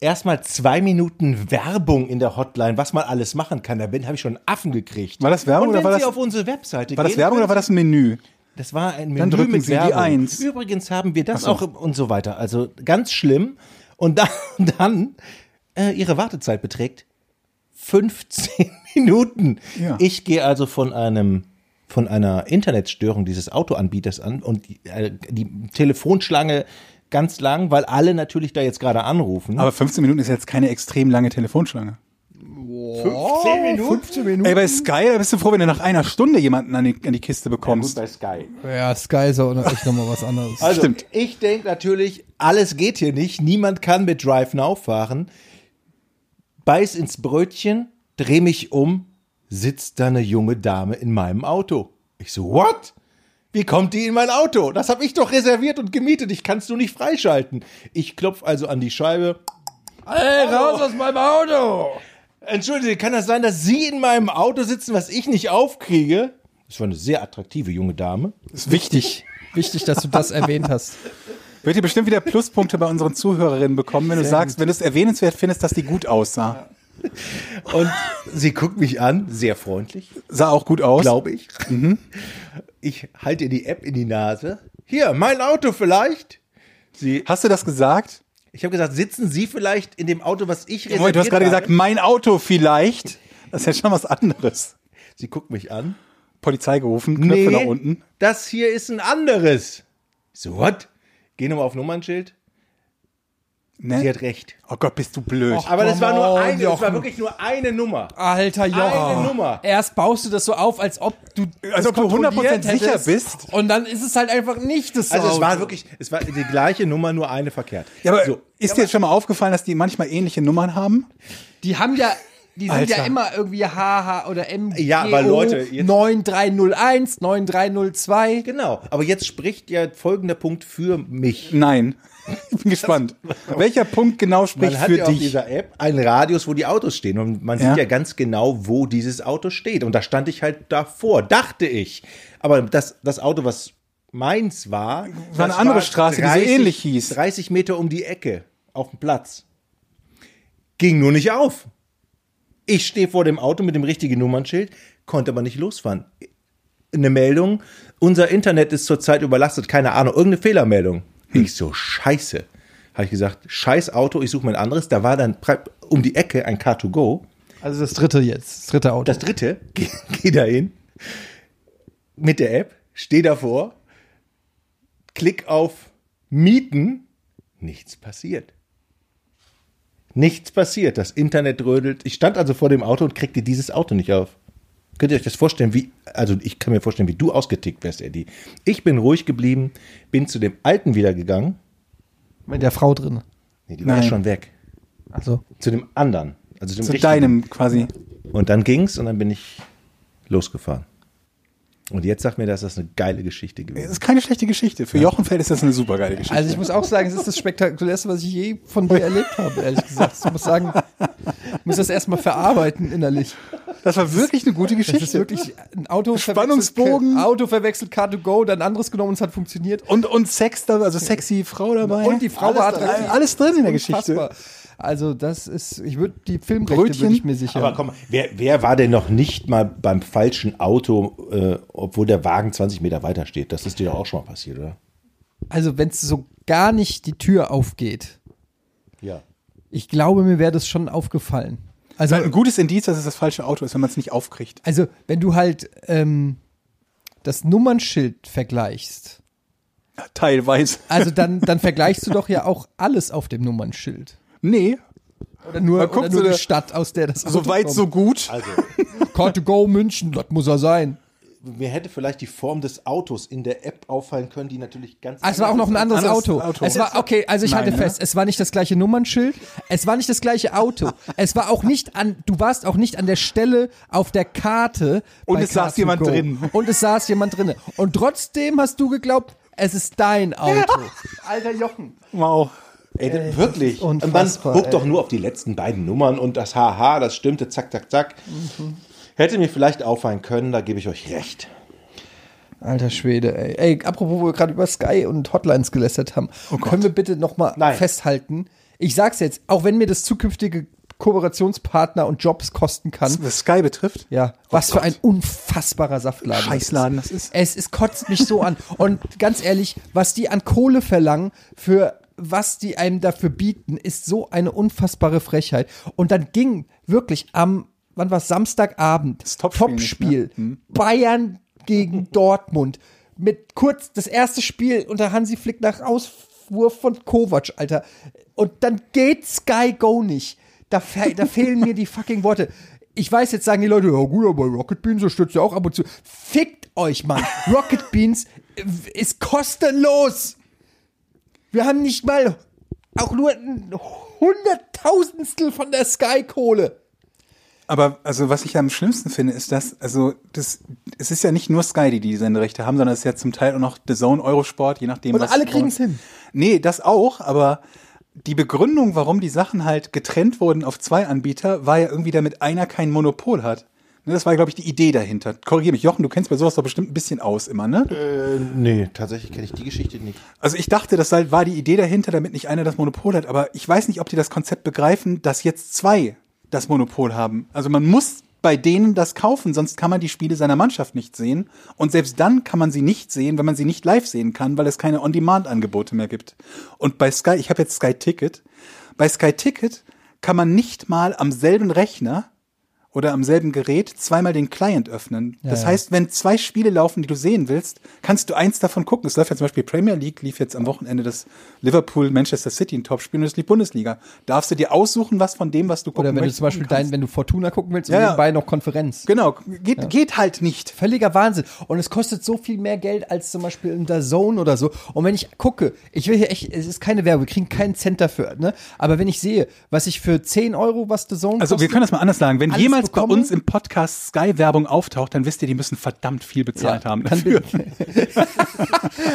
A: Erstmal zwei Minuten Werbung in der Hotline, was man alles machen kann. Da bin habe ich schon einen Affen gekriegt.
F: War das Werbung
A: Und wenn
F: oder war
A: Sie
F: das-
A: auf unsere Webseite
F: War das
A: gehen,
F: Werbung oder war das ein Menü?
A: Das war ein Menü
F: Dann drücken
A: mit
F: Sie die
A: Werbung.
F: Eins.
A: Übrigens haben wir das auch und so weiter. Also ganz schlimm. Und dann, dann äh, ihre Wartezeit beträgt 15 Minuten.
F: Ja.
A: Ich gehe also von einem von einer Internetstörung dieses Autoanbieters an und die, äh, die Telefonschlange ganz lang, weil alle natürlich da jetzt gerade anrufen.
F: Aber 15 Minuten ist jetzt keine extrem lange Telefonschlange.
A: 15 Minuten?
E: 15 Minuten.
F: Ey, bei Sky, da bist du froh, wenn du nach einer Stunde jemanden an die, an die Kiste bekommst.
A: Bei Sky.
E: Ja, Sky ist auch noch echt nochmal was anderes.
A: Also,
F: Stimmt.
A: ich denke natürlich, alles geht hier nicht. Niemand kann mit Drive Now fahren. Beiß ins Brötchen, dreh mich um, sitzt da eine junge Dame in meinem Auto. Ich so, what? Wie kommt die in mein Auto? Das habe ich doch reserviert und gemietet. Ich kannst du nicht freischalten. Ich klopf also an die Scheibe.
E: Ey, raus aus meinem Auto!
A: Entschuldige, kann das sein, dass Sie in meinem Auto sitzen, was ich nicht aufkriege? Das war eine sehr attraktive junge Dame.
E: Ist wichtig. Wichtig, dass du das erwähnt hast.
F: Wird ihr bestimmt wieder Pluspunkte bei unseren Zuhörerinnen bekommen, wenn du sagst, wenn du es erwähnenswert findest, dass die gut aussah.
A: Und sie guckt mich an, sehr freundlich.
F: Sah auch gut aus.
A: glaube ich. Mhm. Ich halte ihr die App in die Nase. Hier, mein Auto vielleicht. Sie,
F: Hast du das gesagt?
A: ich habe gesagt, sitzen Sie vielleicht in dem Auto, was ich reserviert
F: Moment, du hast gerade
A: habe?
F: gesagt, mein Auto vielleicht. Das ist ja schon was anderes.
A: Sie guckt mich an.
F: Polizei gerufen, Knöpfe nach unten.
A: das hier ist ein anderes. Ich So, what? Geh nochmal auf Nummernschild. Sie
F: Ne?
A: hat recht.
F: Oh Gott, bist du blöd.
A: Aber das war nur
E: on,
A: eine, das war
E: Jochen.
A: wirklich nur eine Nummer.
E: Alter Jochen.
A: Eine Nummer.
E: Erst baust du das so auf, als ob du
F: Als ob du 100% sicher
E: hättest.
F: bist.
E: Und dann ist es halt einfach nicht das
A: Also es
E: Auto.
A: war wirklich, es war die gleiche Nummer, nur eine verkehrt.
F: Ja, aber
A: so,
F: ist dir jetzt schon mal aufgefallen, dass die manchmal ähnliche Nummern haben?
E: Die haben ja, die sind
F: Alter.
E: ja immer irgendwie HH oder M.
A: Ja, aber Leute, jetzt-
E: 9301, 9302.
A: genau. Aber jetzt spricht ja folgender Punkt für mich.
F: Nein. Ich bin gespannt. Welcher Punkt genau spricht
A: Man hat
F: für
A: ja auf
F: dich?
A: dieser App einen Radius, wo die Autos stehen. Und man
F: Ja.
A: sieht ja ganz genau, wo dieses Auto steht. Und da stand ich halt davor, dachte ich. Aber das, das Auto, was meins war, das
F: eine andere Straße, die so ähnlich hieß.
A: 30 Meter um die Ecke auf dem Platz. Ging nur nicht auf. Ich stehe vor dem Auto mit dem richtigen Nummernschild, konnte aber nicht losfahren. Eine Meldung, unser Internet ist zurzeit überlastet, keine Ahnung, irgendeine Fehlermeldung.
F: Hm.
A: Ich so, scheiße. Habe ich gesagt, scheiß Auto, ich suche mir ein anderes. Da war dann pra- um die Ecke ein Car2Go.
E: Also das dritte jetzt, das dritte Auto.
A: Das dritte, geh, geh da hin, mit der App, steh davor, klick auf Mieten, nichts passiert. Nichts passiert, das Internet rödelt. Ich stand also vor dem Auto und kriegte dieses Auto nicht auf. Könnt ihr euch das vorstellen, wie, also ich kann mir vorstellen, wie du ausgetickt wärst, Eddie. Ich bin ruhig geblieben, bin zu dem alten wieder gegangen.
E: mit der Frau drin.
A: Nee, die war ja
F: Nein.
A: schon weg.
E: Also
A: Zu dem anderen. Also dem
F: Zu
A: richtigen.
F: deinem quasi.
A: Und dann ging's und dann bin ich losgefahren. Und jetzt sagt mir, dass das eine geile Geschichte
F: Das
A: gewesen ist.
F: ist keine schlechte Geschichte. Für Jochen Feld ist das eine super geile Geschichte.
E: Also ich muss auch sagen, es ist das spektakulärste, was ich je von dir erlebt habe, ehrlich gesagt. Ich muss sagen, ich muss das erstmal verarbeiten innerlich.
F: das war wirklich eine gute
E: Das ist
F: Geschichte.
E: wirklich ein Auto
F: Spannungsbogen. Oh
E: verwechselt, Auto verwechselt Car2Go, dann anderes genommen und es hat funktioniert.
F: Und, und Sex dabei, also sexy Frau dabei.
E: Und die Frau war
F: alles drin, alles drin in der Geschichte.
E: Unfassbar. Also das ist, ich würde die Filmrechte würde ich mir sicher.
A: Aber komm, wer, wer war denn noch nicht mal beim falschen Auto, äh, obwohl der Wagen 20 Meter weiter steht? Das ist dir doch auch schon mal passiert, oder?
E: also wenn es so gar nicht die Tür aufgeht,
A: Ja.
E: ich glaube, mir wäre das schon aufgefallen. Also,
F: Ein gutes Indiz, dass es das falsche Auto ist, wenn man es nicht aufkriegt.
E: also wenn du halt ähm, das Nummernschild vergleichst,
F: Teilweise.
E: also dann, dann vergleichst du doch ja auch alles auf dem Nummernschild.
F: Nee.
E: Oder nur,
F: Man guckt
E: oder nur
F: so
E: die
F: der-
E: Stadt, aus der das
F: So
E: Auto
F: weit,
E: kommt.
F: so gut.
E: Car to go München, das muss er sein.
A: Mir hätte vielleicht die Form des Autos in der App auffallen können, die natürlich ganz.
E: Ah, es war auch noch ein anderes
F: Anderes
E: Auto.
F: Auto.
E: Es war, okay, also ich
F: Nein,
E: halte
F: ne?
E: fest, es war nicht das gleiche Nummernschild, es war nicht das gleiche Auto, es war auch nicht an, du warst auch nicht an der Stelle auf der Karte.
F: Und
E: bei
F: es saß
E: Car2Go.
F: jemand drin.
E: Und es saß jemand drin. Und trotzdem hast du geglaubt, es ist dein Auto. Alter Jochen.
F: Wow.
A: Ey, das- wirklich. Und dann
E: Äh, unfassbar,
A: guck
E: ey.
A: doch nur auf die letzten beiden Nummern und das Haha, das stimmte, zack, zack, zack. Hätte mir vielleicht auffallen können, da gebe ich euch recht.
E: Alter Schwede, ey. Ey, apropos, wo wir gerade über Sky und Hotlines gelästert haben, können wir bitte nochmal
A: Nein.
E: festhalten, ich sag's jetzt, auch wenn mir das zukünftige Kooperationspartner und Jobs kosten kann,
F: Was Sky betrifft?
E: Ja, was für ein unfassbarer Saftladen.
F: Scheißladen
E: das
F: das
E: ist.
F: ist.
E: Es, es kotzt mich so an. Und ganz ehrlich, was die an Kohle verlangen, für was die einem dafür bieten, ist so eine unfassbare Frechheit. Und dann ging wirklich am, wann war Samstagabend, das
F: Topspiel nicht,
E: Topspiel Bayern gegen Dortmund. Mit kurz das erste Spiel unter Hansi Flick nach Auswurf von Kovac, Alter. Und dann geht Sky Go nicht. Da, fe da fehlen mir die fucking Worte. Ich weiß, jetzt sagen die Leute, ja gut, aber Rocket Beans unterstützt ja auch ab und zu. Fickt euch, Mann. Rocket Beans äh, ist kostenlos. Wir haben nicht mal auch nur ein Hunderttausendstel von der Sky-Kohle.
F: Aber also was ich am schlimmsten finde, ist, dass, also das, es ist ja nicht nur Sky, die die Senderechte haben, sondern es ist ja zum Teil auch noch The Zone, Eurosport, je nachdem.
E: Und
F: was-
E: alle kriegen's hin.
F: Nee, das auch, aber die Begründung, warum die Sachen halt getrennt wurden auf zwei Anbieter, war ja irgendwie, damit einer kein Monopol hat. Ne, Das war, glaube ich, die Idee dahinter. Korrigiere mich, Jochen, du kennst bei sowas doch bestimmt ein bisschen aus immer, ne?
A: Nee, tatsächlich kenne ich die Geschichte nicht.
F: Also ich dachte, das halt war die Idee dahinter, damit nicht einer das Monopol hat. Aber ich weiß nicht, ob die das Konzept begreifen, dass jetzt zwei das Monopol haben. Also man muss bei denen das kaufen, sonst kann man die Spiele seiner Mannschaft nicht sehen. Und selbst dann kann man sie nicht sehen, wenn man sie nicht live sehen kann, weil es keine On-Demand-Angebote mehr gibt. Und bei Sky, ich habe jetzt Sky Ticket, bei Sky Ticket kann man nicht mal am selben Rechner oder am selben Gerät zweimal den Client öffnen. das heißt, wenn zwei Spiele laufen, die du sehen willst, kannst du eins davon gucken. Es läuft ja zum Beispiel Premier League, lief jetzt am Wochenende das Liverpool Manchester City ein Topspiel und es lief Bundesliga. Darfst du dir aussuchen, was von dem, was du gucken
E: Oder wenn du
F: möchtest,
E: zum Beispiel
F: gucken
E: dein, wenn du Fortuna gucken willst
F: Ja,
E: und
F: ja.
E: nebenbei noch Konferenz.
F: kannst. Genau, geht, geht halt nicht.
E: Völliger Wahnsinn. Und es kostet so viel mehr Geld als zum Beispiel in der Zone oder so. Und wenn ich gucke, ich will hier echt, es ist keine Werbung, wir kriegen keinen Cent dafür, ne? Aber wenn ich sehe, was ich für 10 Euro, was der Zone
F: Also wir
E: kostet,
F: können das mal anders sagen. Wenn
E: Alles
F: jemals
E: bekommen?
F: bei uns im Podcast Sky-Werbung auftaucht, dann wisst ihr, die müssen verdammt viel bezahlt
E: Ja,
F: haben
E: dann
F: dafür.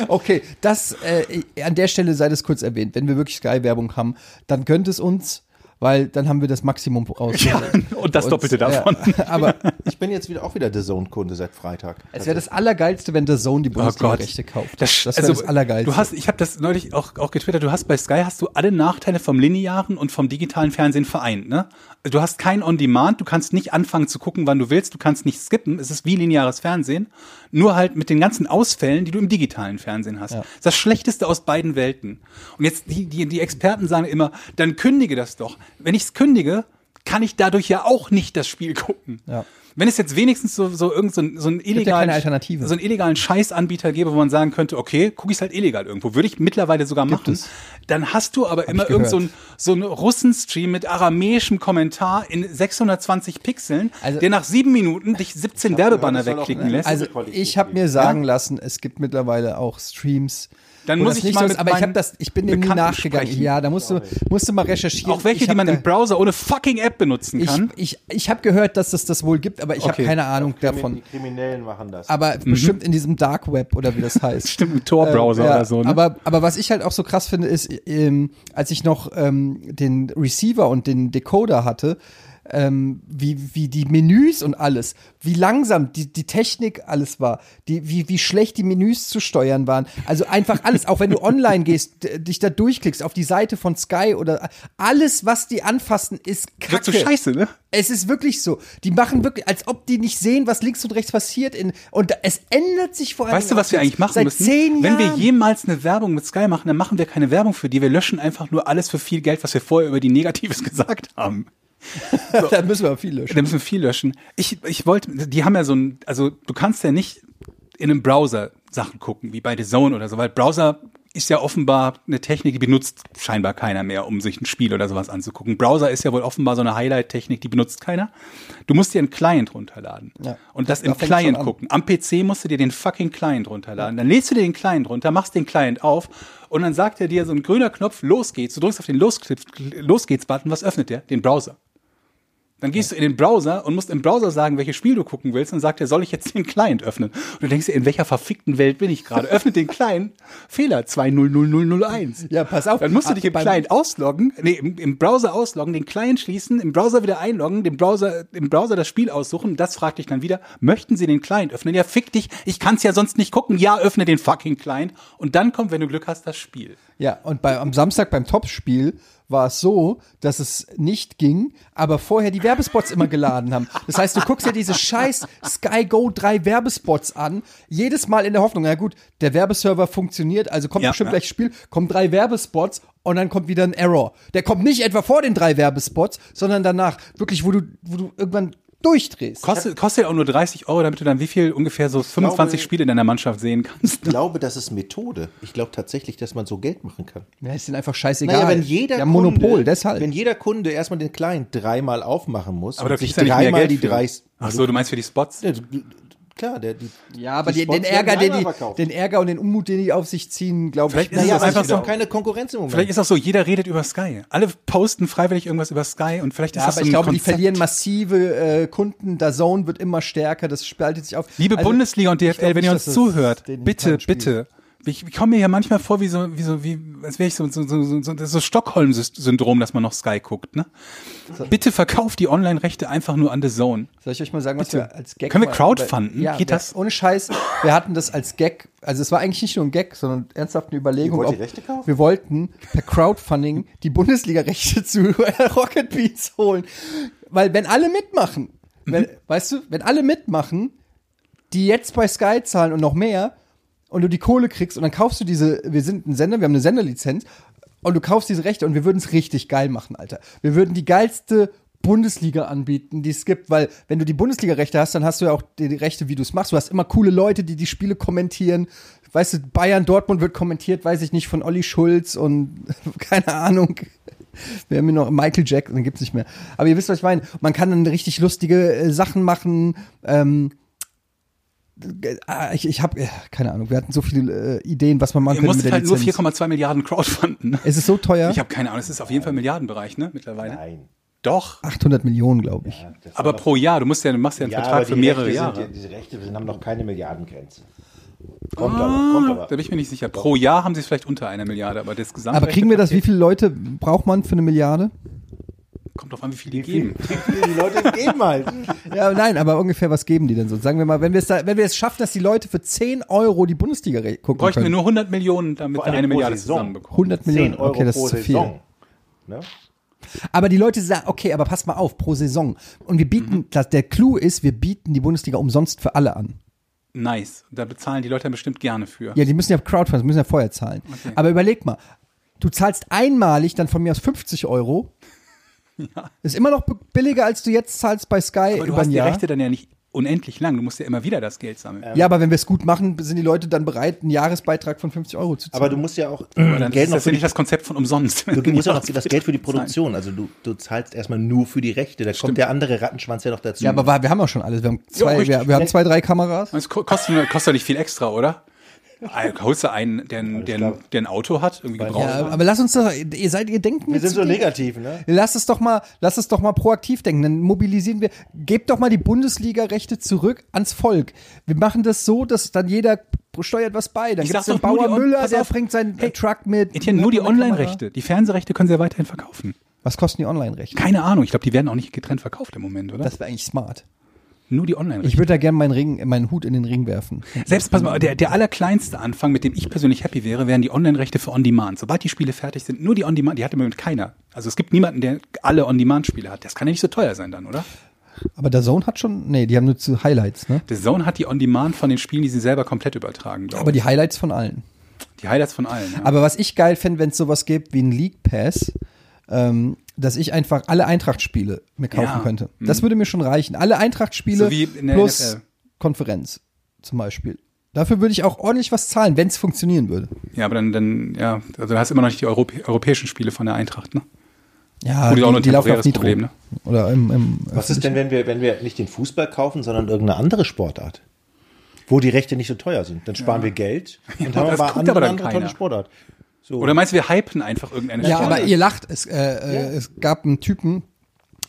E: okay, das, äh, an der Stelle sei das kurz erwähnt. Wenn wir wirklich Sky-Werbung haben, dann gönnt es uns, weil dann haben wir das Maximum raus.
F: Ja, und das Doppelte davon.
E: Ja, aber
A: Ich bin jetzt wieder auch wieder The Zone-Kunde seit Freitag.
E: es wäre das Allergeilste, wenn der Zone die
G: Oh
E: Bundesliga-Rechte kauft.
F: Oh Das,
E: das wäre
F: also,
E: das Allergeilste.
F: Du hast, ich habe das neulich auch, auch getwittert, du hast bei Sky hast du alle Nachteile vom linearen und vom digitalen Fernsehen vereint. Ne? Du hast kein On-Demand, du kannst nicht anfangen zu gucken, wann du willst, du kannst nicht skippen, es ist wie lineares Fernsehen, nur halt mit den ganzen Ausfällen, die du im digitalen Fernsehen hast. Das ist das Schlechteste aus beiden Welten. Und jetzt, die, die, die Experten sagen immer, dann kündige das doch. Wenn ich es kündige, kann ich dadurch ja auch nicht das Spiel gucken.
E: Ja.
F: Wenn es jetzt wenigstens so, so irgend so ein, so ein
E: ja
F: illegalen,
E: keine Alternative.
F: so einen illegalen Scheißanbieter gäbe, wo man sagen könnte, okay, gucke ich halt illegal irgendwo, würde ich mittlerweile sogar machen. Dann hast du aber immer
E: ich
F: irgend so einen
E: gehört.
F: so einen Russen-Stream mit aramäischem Kommentar in 620 Pixeln,
E: Also-
F: der nach sieben Minuten dich 17 Werbebanner
A: gehört, das soll auch
F: wegklicken
A: eine-
F: lässt.
E: Also
A: Qualität
E: ich habe mir
A: geben.
E: sagen lassen, es gibt mittlerweile auch Streams.
F: Dann
E: wo
F: muss
E: das
F: ich
E: nicht
F: mal
E: so ist,
F: mit
E: aber ich habe
F: meinen
E: das, ich bin dem nie
F: Bekannten
E: nachgegangen.
F: sprechen.
E: Ja, da musst du, musst du mal recherchieren.
F: auch welche,
E: ich
F: die
E: hab
F: man
E: da,
F: im Browser ohne fucking App benutzen
E: ich,
F: kann.
E: ich, ich habe gehört, dass das das wohl gibt, aber ich habe
F: Okay.
E: keine Ahnung
A: Die
E: davon.
A: Kriminellen machen das.
E: Aber
F: Mhm.
E: bestimmt in diesem Dark Web oder wie das heißt.
F: Stimmt, ein Tor-Browser
E: Äh, ja,
F: oder so. Ne?
E: Aber, aber was ich halt auch so krass finde, ist, ähm, als ich noch ähm, den Receiver und den Decoder hatte, ähm, wie, wie die Menüs und alles, wie langsam die, die Technik alles war, die, wie, wie schlecht die Menüs zu steuern waren. Also einfach alles, auch wenn du online gehst, d- dich da durchklickst, auf die Seite von Sky oder alles, was die anfassen, ist kacke.
F: Wird so scheiße, ne?
E: Es ist wirklich so. Die machen wirklich, als ob die nicht sehen, was links und rechts passiert. In, und da- es ändert sich vor allem.
F: Weißt du, was wir eigentlich machen
E: seit
F: müssen?
E: Zehn
F: Wenn
E: Jahren.
F: wir jemals eine Werbung mit Sky machen, dann machen wir keine Werbung für die. Wir löschen einfach nur alles für viel Geld, was wir vorher über die Negatives gesagt haben.
E: da müssen wir viel löschen.
F: Da müssen wir viel löschen. Ich, ich wollte, die haben ja so ein, also du kannst ja nicht in einem Browser Sachen gucken, wie bei The Zone oder so, weil Browser ist ja offenbar eine Technik, die benutzt scheinbar keiner mehr, um sich ein Spiel oder sowas anzugucken. Browser ist ja wohl offenbar so eine Highlight-Technik, die benutzt keiner. Du musst dir einen Client runterladen
E: Ja.
F: und das
E: Da
F: im
E: fängt's schon
F: Client
E: an.
F: gucken. Am PC musst du dir den fucking Client runterladen. Dann lädst du dir den Client runter, machst den Client auf und dann sagt er dir so ein grüner Knopf, los geht's. Du drückst auf den Los, los geht's-Button, was öffnet der? Den Browser. Dann gehst du in den Browser und musst im Browser sagen, welches Spiel du gucken willst und sagt er, soll ich jetzt den Client öffnen? Und du denkst dir, in welcher verfickten Welt bin ich gerade? Öffnet den Client, Fehler 200001.
E: Ja, pass auf.
F: Dann musst du dich im
E: Beim-
F: Client ausloggen, nee, im, im Browser ausloggen, den Client schließen, im Browser wieder einloggen, den Browser, im Browser das Spiel aussuchen. Das fragt dich dann wieder, möchten sie den Client öffnen? Ja, fick dich, ich kann's ja sonst nicht gucken. Ja, öffne den fucking Client. Und dann kommt, wenn du Glück hast, das Spiel.
E: Ja, und bei, am Samstag beim Topspiel war es so, dass es nicht ging, aber vorher die Werbespots immer geladen haben. Das heißt, du guckst dir diese scheiß Sky Go 3 Werbespots an, jedes Mal in der Hoffnung, na gut, der Werbeserver funktioniert, also kommt
F: Ja,
E: bestimmt
F: ja.
E: gleich Spiel, kommen drei Werbespots und dann kommt wieder ein Error. Der kommt nicht etwa vor den drei Werbespots, sondern danach, wirklich, wo du, wo du irgendwann durchdrehst.
F: Kostet, kostet auch nur 30 Euro, damit du dann wie viel ungefähr so 25
G: glaube-
F: Spiele in deiner Mannschaft sehen kannst.
G: Ich glaube, das ist Methode. Ich glaube tatsächlich, dass man so Geld machen kann.
E: Ja, ist denen einfach scheißegal.
G: Naja, wenn jeder
E: ja,
G: Kunde,
E: Monopol, deshalb.
G: Wenn jeder Kunde erstmal den Client dreimal aufmachen muss
F: Aber da
G: und sich
F: kriegst du ja nicht mehr
G: dreimal
F: Geld
G: die
F: für.
G: drei.
F: Ach so, du meinst für die Spots?
G: Ja, du- du- Klar, der, die,
E: Ja, aber
G: die
E: den, den
G: Spots werden
E: Ärger, den,
G: dreimal
E: die,
G: verkauft.
E: den Ärger und den Unmut, den die auf sich ziehen, glaube ich.
F: Vielleicht ist
G: ja,
F: das
G: aber es ist
F: wieder-
G: doch keine Konkurrenz im Moment.
F: Vielleicht ist auch so, jeder redet über Sky. Alle posten freiwillig irgendwas über Sky und vielleicht ist
E: Ja,
F: das
E: aber ich
F: so ein
E: glaube, die
F: Konzept.
E: verlieren massive äh, Kunden. Der Zone wird immer stärker. Das spaltet sich auf.
F: Liebe
E: Also,
F: Bundesliga und DFL,
E: ich glaub
F: wenn
E: nicht,
F: ihr uns
E: dass es
F: zuhört,
E: den
F: bitte,
E: Kern spielt.
F: bitte. Ich, ich komme mir ja manchmal vor, wie so, wie so, wie, als wäre ich so, so, so, so, so, das ist so Stockholm-Syndrom, dass man noch Sky guckt, ne? Bitte verkauft die Online-Rechte einfach nur an The Zone.
E: Soll ich euch mal sagen, was wir als Gag
F: Können wir
E: mal-
F: crowdfunden?
E: Ja,
F: Geht
E: wir,
F: das?
E: ohne Scheiß. Wir hatten das als Gag. Also es war eigentlich nicht nur ein Gag, sondern ernsthaft eine Überlegung.
G: Ihr wollt
E: ob-
G: die Rechte kaufen?
E: Wir wollten per Crowdfunding die Bundesliga-Rechte zu Rocket Beats holen. Weil wenn alle mitmachen,
F: Mhm.
E: wenn, weißt du, wenn alle mitmachen, die jetzt bei Sky zahlen und noch mehr und du die Kohle kriegst und dann kaufst du diese, wir sind ein Sender, wir haben eine Senderlizenz und du kaufst diese Rechte und wir würden es richtig geil machen, Alter. Wir würden die geilste Bundesliga anbieten, die es gibt, weil wenn du die Bundesliga-Rechte hast, dann hast du ja auch die die Rechte, wie du es machst. Du hast immer coole Leute, die die Spiele kommentieren. Weißt du, Bayern Dortmund wird kommentiert, weiß ich nicht, von Olli Schulz und keine Ahnung. Wir haben hier noch Michael Jackson, den gibt's nicht mehr. Aber ihr wisst, was ich meine. Man kann dann richtig lustige äh, Sachen machen. Ähm, Ah, ich, ich habe keine Ahnung. Wir hatten so viele äh, Ideen, was man machen
F: Ihr
E: könnte mit
F: musstet
E: der
F: halt nur
E: Lizenz.
F: 4,2 Milliarden crowdfunden. ne?
E: es ist so teuer.
F: Ich habe keine Ahnung, es ist auf jeden Fall im Milliardenbereich, ne, mittlerweile.
G: Nein.
F: Doch,
E: 800 Millionen, glaube ich.
F: aber pro Jahr, du musst ja, du machst ja einen
G: Ja, aber
F: Vertrag
G: die
F: für mehrere
G: Rechte
F: Jahre.
G: Sind, diese Rechte sind, haben noch keine Milliardengrenze. Kommt aber, kommt aber.
F: Da bin ich mir nicht sicher. Pro Jahr haben sie es vielleicht unter einer Milliarde, aber das Gesamt.
E: Aber kriegen wir das? Wie viele Leute braucht man für eine Milliarde?
F: Kommt drauf an, wie viel die geben.
G: Die Leute geben halt.
E: Ja, nein, aber ungefähr was geben die denn so? Sagen wir mal, wenn wir es da, wenn wir es schaffen, dass die Leute für 10 Euro die Bundesliga re- gucken
F: Bräuchten wir
E: können.
F: nur 100 Millionen, damit
G: Vor
F: wir
G: allem
F: eine
G: pro
F: Milliarde
G: Saison.
F: zusammenbekommen.
E: 100 Millionen.
G: 10 Euro
E: okay, das
G: pro
E: ist zu viel.
G: Saison. Ne?
E: Aber die Leute sagen, okay, aber pass mal auf, pro Saison. Und wir bieten,
F: Mhm.
E: das, der Clou ist, wir bieten die Bundesliga umsonst für alle an.
F: Nice. Da bezahlen die Leute dann bestimmt gerne für.
E: Ja, die müssen ja Crowdfunding, müssen ja vorher zahlen. Aber überleg mal, du zahlst einmalig dann von mir aus 50 Euro. Ist immer noch b- billiger, als du jetzt zahlst bei Sky
F: aber du
E: über ein
F: hast die
E: Jahr. Äh,
F: Rechte dann ja nicht unendlich lang. Du musst ja immer wieder das Geld sammeln.
E: Ja, aber wenn wir es gut machen, sind die Leute dann bereit, einen Jahresbeitrag von 50 Euro zu zahlen.
G: Aber du musst ja auch
F: Aber dann
G: Geld
F: ist
G: noch
F: das ja
G: für die,
F: nicht das Konzept von umsonst.
G: du musst ja noch das Geld für die Produktion. Also du, du zahlst erstmal nur für die Rechte. Da kommt der andere Rattenschwanz ja noch dazu.
E: ja, aber wa- wir haben ja schon alles. Wir haben zwei,
F: richtig.
E: wir, wir haben zwei drei Kameras.
F: Das ko- kostet, nur- kostet doch nicht viel extra, oder? Ah, Holst du einen, der, ein- der, ein- der ein Auto hat, irgendwie gebraucht?
E: Ja, aber lass uns doch, ihr seid, ihr denkt
G: wir sind so negativ, ne?
E: Lass es doch mal, lass es doch mal proaktiv denken. Dann mobilisieren wir, gebt doch mal die Bundesliga-Rechte zurück ans Volk. Wir machen das so, dass dann jeder steuert was bei. Dann
F: Ich
E: gibt
F: sag
E: es den
F: doch nur
E: Bauer
F: die On-
E: Müller,
F: pass
E: der
F: auf.
E: bringt seinen
F: Hey,
E: Truck mit.
F: Etienne, nur die
E: mit einer Kamera.
F: Online-Rechte. Die Fernsehrechte können sie ja weiterhin verkaufen.
E: Was kosten die Online-Rechte?
F: Keine Ahnung, ich glaube, die werden auch nicht getrennt verkauft im Moment, oder?
E: Das wäre eigentlich smart.
F: Nur die online
E: Ich würde da gerne meinen, Ring, meinen Hut in den Ring werfen.
F: Selbst, pass mal, der, der allerkleinste Anfang, mit dem ich persönlich happy wäre, wären die Online-Rechte für On-Demand. Sobald die Spiele fertig sind, nur die On-Demand, die hat im Moment keiner. Also es gibt niemanden, der alle On-Demand-Spiele hat. Das kann ja nicht so teuer sein dann, oder?
E: Aber der Zone hat schon, nee, die haben nur zu Highlights, ne?
F: The Zone hat die On-Demand von den Spielen, die sie selber komplett übertragen, glaube
E: Aber die Highlights von allen.
F: ich. Die Highlights von allen. Ja.
E: Aber was ich geil fände, wenn es sowas gibt wie einen League Pass, ähm, dass ich einfach alle Eintracht-Spiele mir kaufen
F: Ja. mhm.
E: könnte. Das würde mir schon reichen. Alle Eintracht-Spiele
F: So wie in der
E: plus
F: NFL.
E: Konferenz zum Beispiel. Dafür würde ich auch ordentlich was zahlen, wenn es funktionieren würde.
F: ja, aber dann, dann, ja, also da hast du immer noch nicht die Europä europäischen Spiele von der Eintracht, ne?
E: Ja,
F: Gut, ist auch nur ein
E: laufen
F: temporäres Problem, ne?
E: Oder im, im äh,
A: Was ist denn, wenn wir, wenn wir nicht den Fußball kaufen, sondern irgendeine andere Sportart? Wo die Rechte nicht so teuer sind. Dann sparen wir Geld und haben
F: das
A: aber
F: guckt
A: andere,
F: aber dann
A: andere
F: keiner.
A: tolle Sportart. So.
F: Oder meinst du, wir hypen einfach irgendeine
E: Ja,
F: Sportart?
E: aber ihr lacht. Es, äh, äh, es gab einen Typen,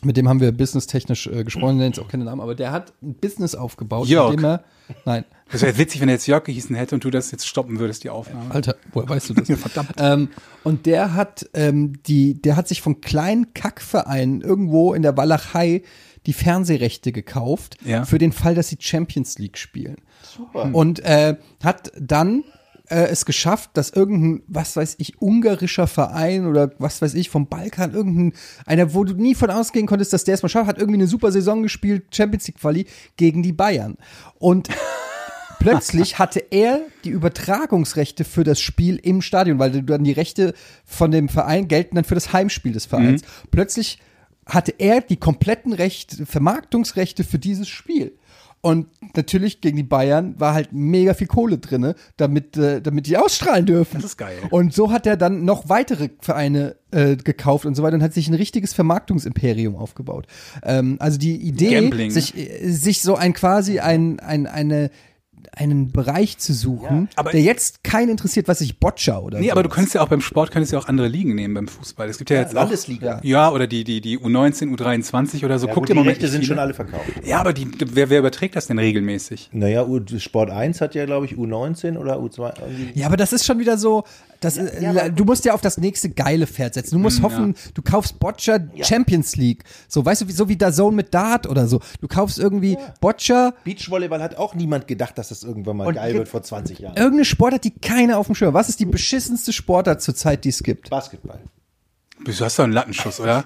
E: mit dem haben wir businesstechnisch äh, gesprochen, nennt auch keinen Namen, aber der hat ein Business aufgebaut,
F: Jörg.
E: indem er. Nein,
F: Das wäre witzig, wenn er jetzt Jörg gehießen hätte und du das jetzt stoppen würdest, die Aufnahme.
E: Alter, woher weißt du das? Verdammt. Ähm, und der hat ähm, die, der hat sich vom kleinen Kackverein irgendwo in der Walachei die Fernsehrechte gekauft
F: Ja.
E: für den Fall, dass sie Champions League spielen. Super. Und äh, hat dann äh, es geschafft, dass irgendein, was weiß ich, ungarischer Verein oder was weiß ich, vom Balkan, irgendein, einer, wo du nie von ausgehen konntest, dass der es mal schafft, hat irgendwie eine super Saison gespielt, Champions League Quali gegen die Bayern. Und plötzlich hatte er die Übertragungsrechte für das Spiel im Stadion, weil dann die Rechte von dem Verein gelten dann für das Heimspiel des Vereins.
F: Mhm.
E: Plötzlich hatte er die kompletten Rechte, Vermarktungsrechte für dieses Spiel. Und natürlich gegen die Bayern war halt mega viel Kohle drinne, damit, äh, damit die ausstrahlen dürfen. Das
F: ist geil.
E: Und so hat er dann noch weitere Vereine äh, gekauft und so weiter und hat sich ein richtiges Vermarktungsimperium aufgebaut. Ähm, also die Idee,
F: Gambling, ne?
E: sich, äh, sich so ein
F: Mhm.
E: quasi ein, ein, eine, einen Bereich zu suchen,
F: aber-
E: der jetzt keinen interessiert, was ich Boccia oder
F: Nee,
E: so.
F: aber du könntest ja auch beim Sport könntest ja auch andere Ligen nehmen beim Fußball. Es gibt ja, jetzt
A: Landesliga.
F: auch ja oder die die die U19, U23 oder so.
A: Ja,
F: Guckt
A: gut,
F: im
A: die
F: Moment
A: Rechte sind
F: nicht
A: schon
F: viele.
A: alle verkauft.
F: Ja, aber die, wer, wer überträgt das denn regelmäßig?
A: Naja, U- Sport 1 hat ja, glaube ich, U19 oder U2. irgendwie-
E: ja, aber das ist schon wieder so, das, äh, du musst ja auf das nächste geile Pferd setzen. Du musst
F: Mhm,
E: hoffen, du kaufst Boccia Champions League. So, weißt du, wie, so wie Zone mit Dart oder so. Du kaufst irgendwie Boccia,
A: Beachvolleyball hat auch niemand gedacht, dass das irgendwann mal
E: Und
A: geil
E: jetzt-
A: wird vor 20 Jahren.
E: irgendeine Sportart, die keiner auf dem Schirm hat. Was ist die beschissenste Sportart zurzeit, die es gibt?
A: Basketball.
F: Du hast doch einen Lattenschuss, oder?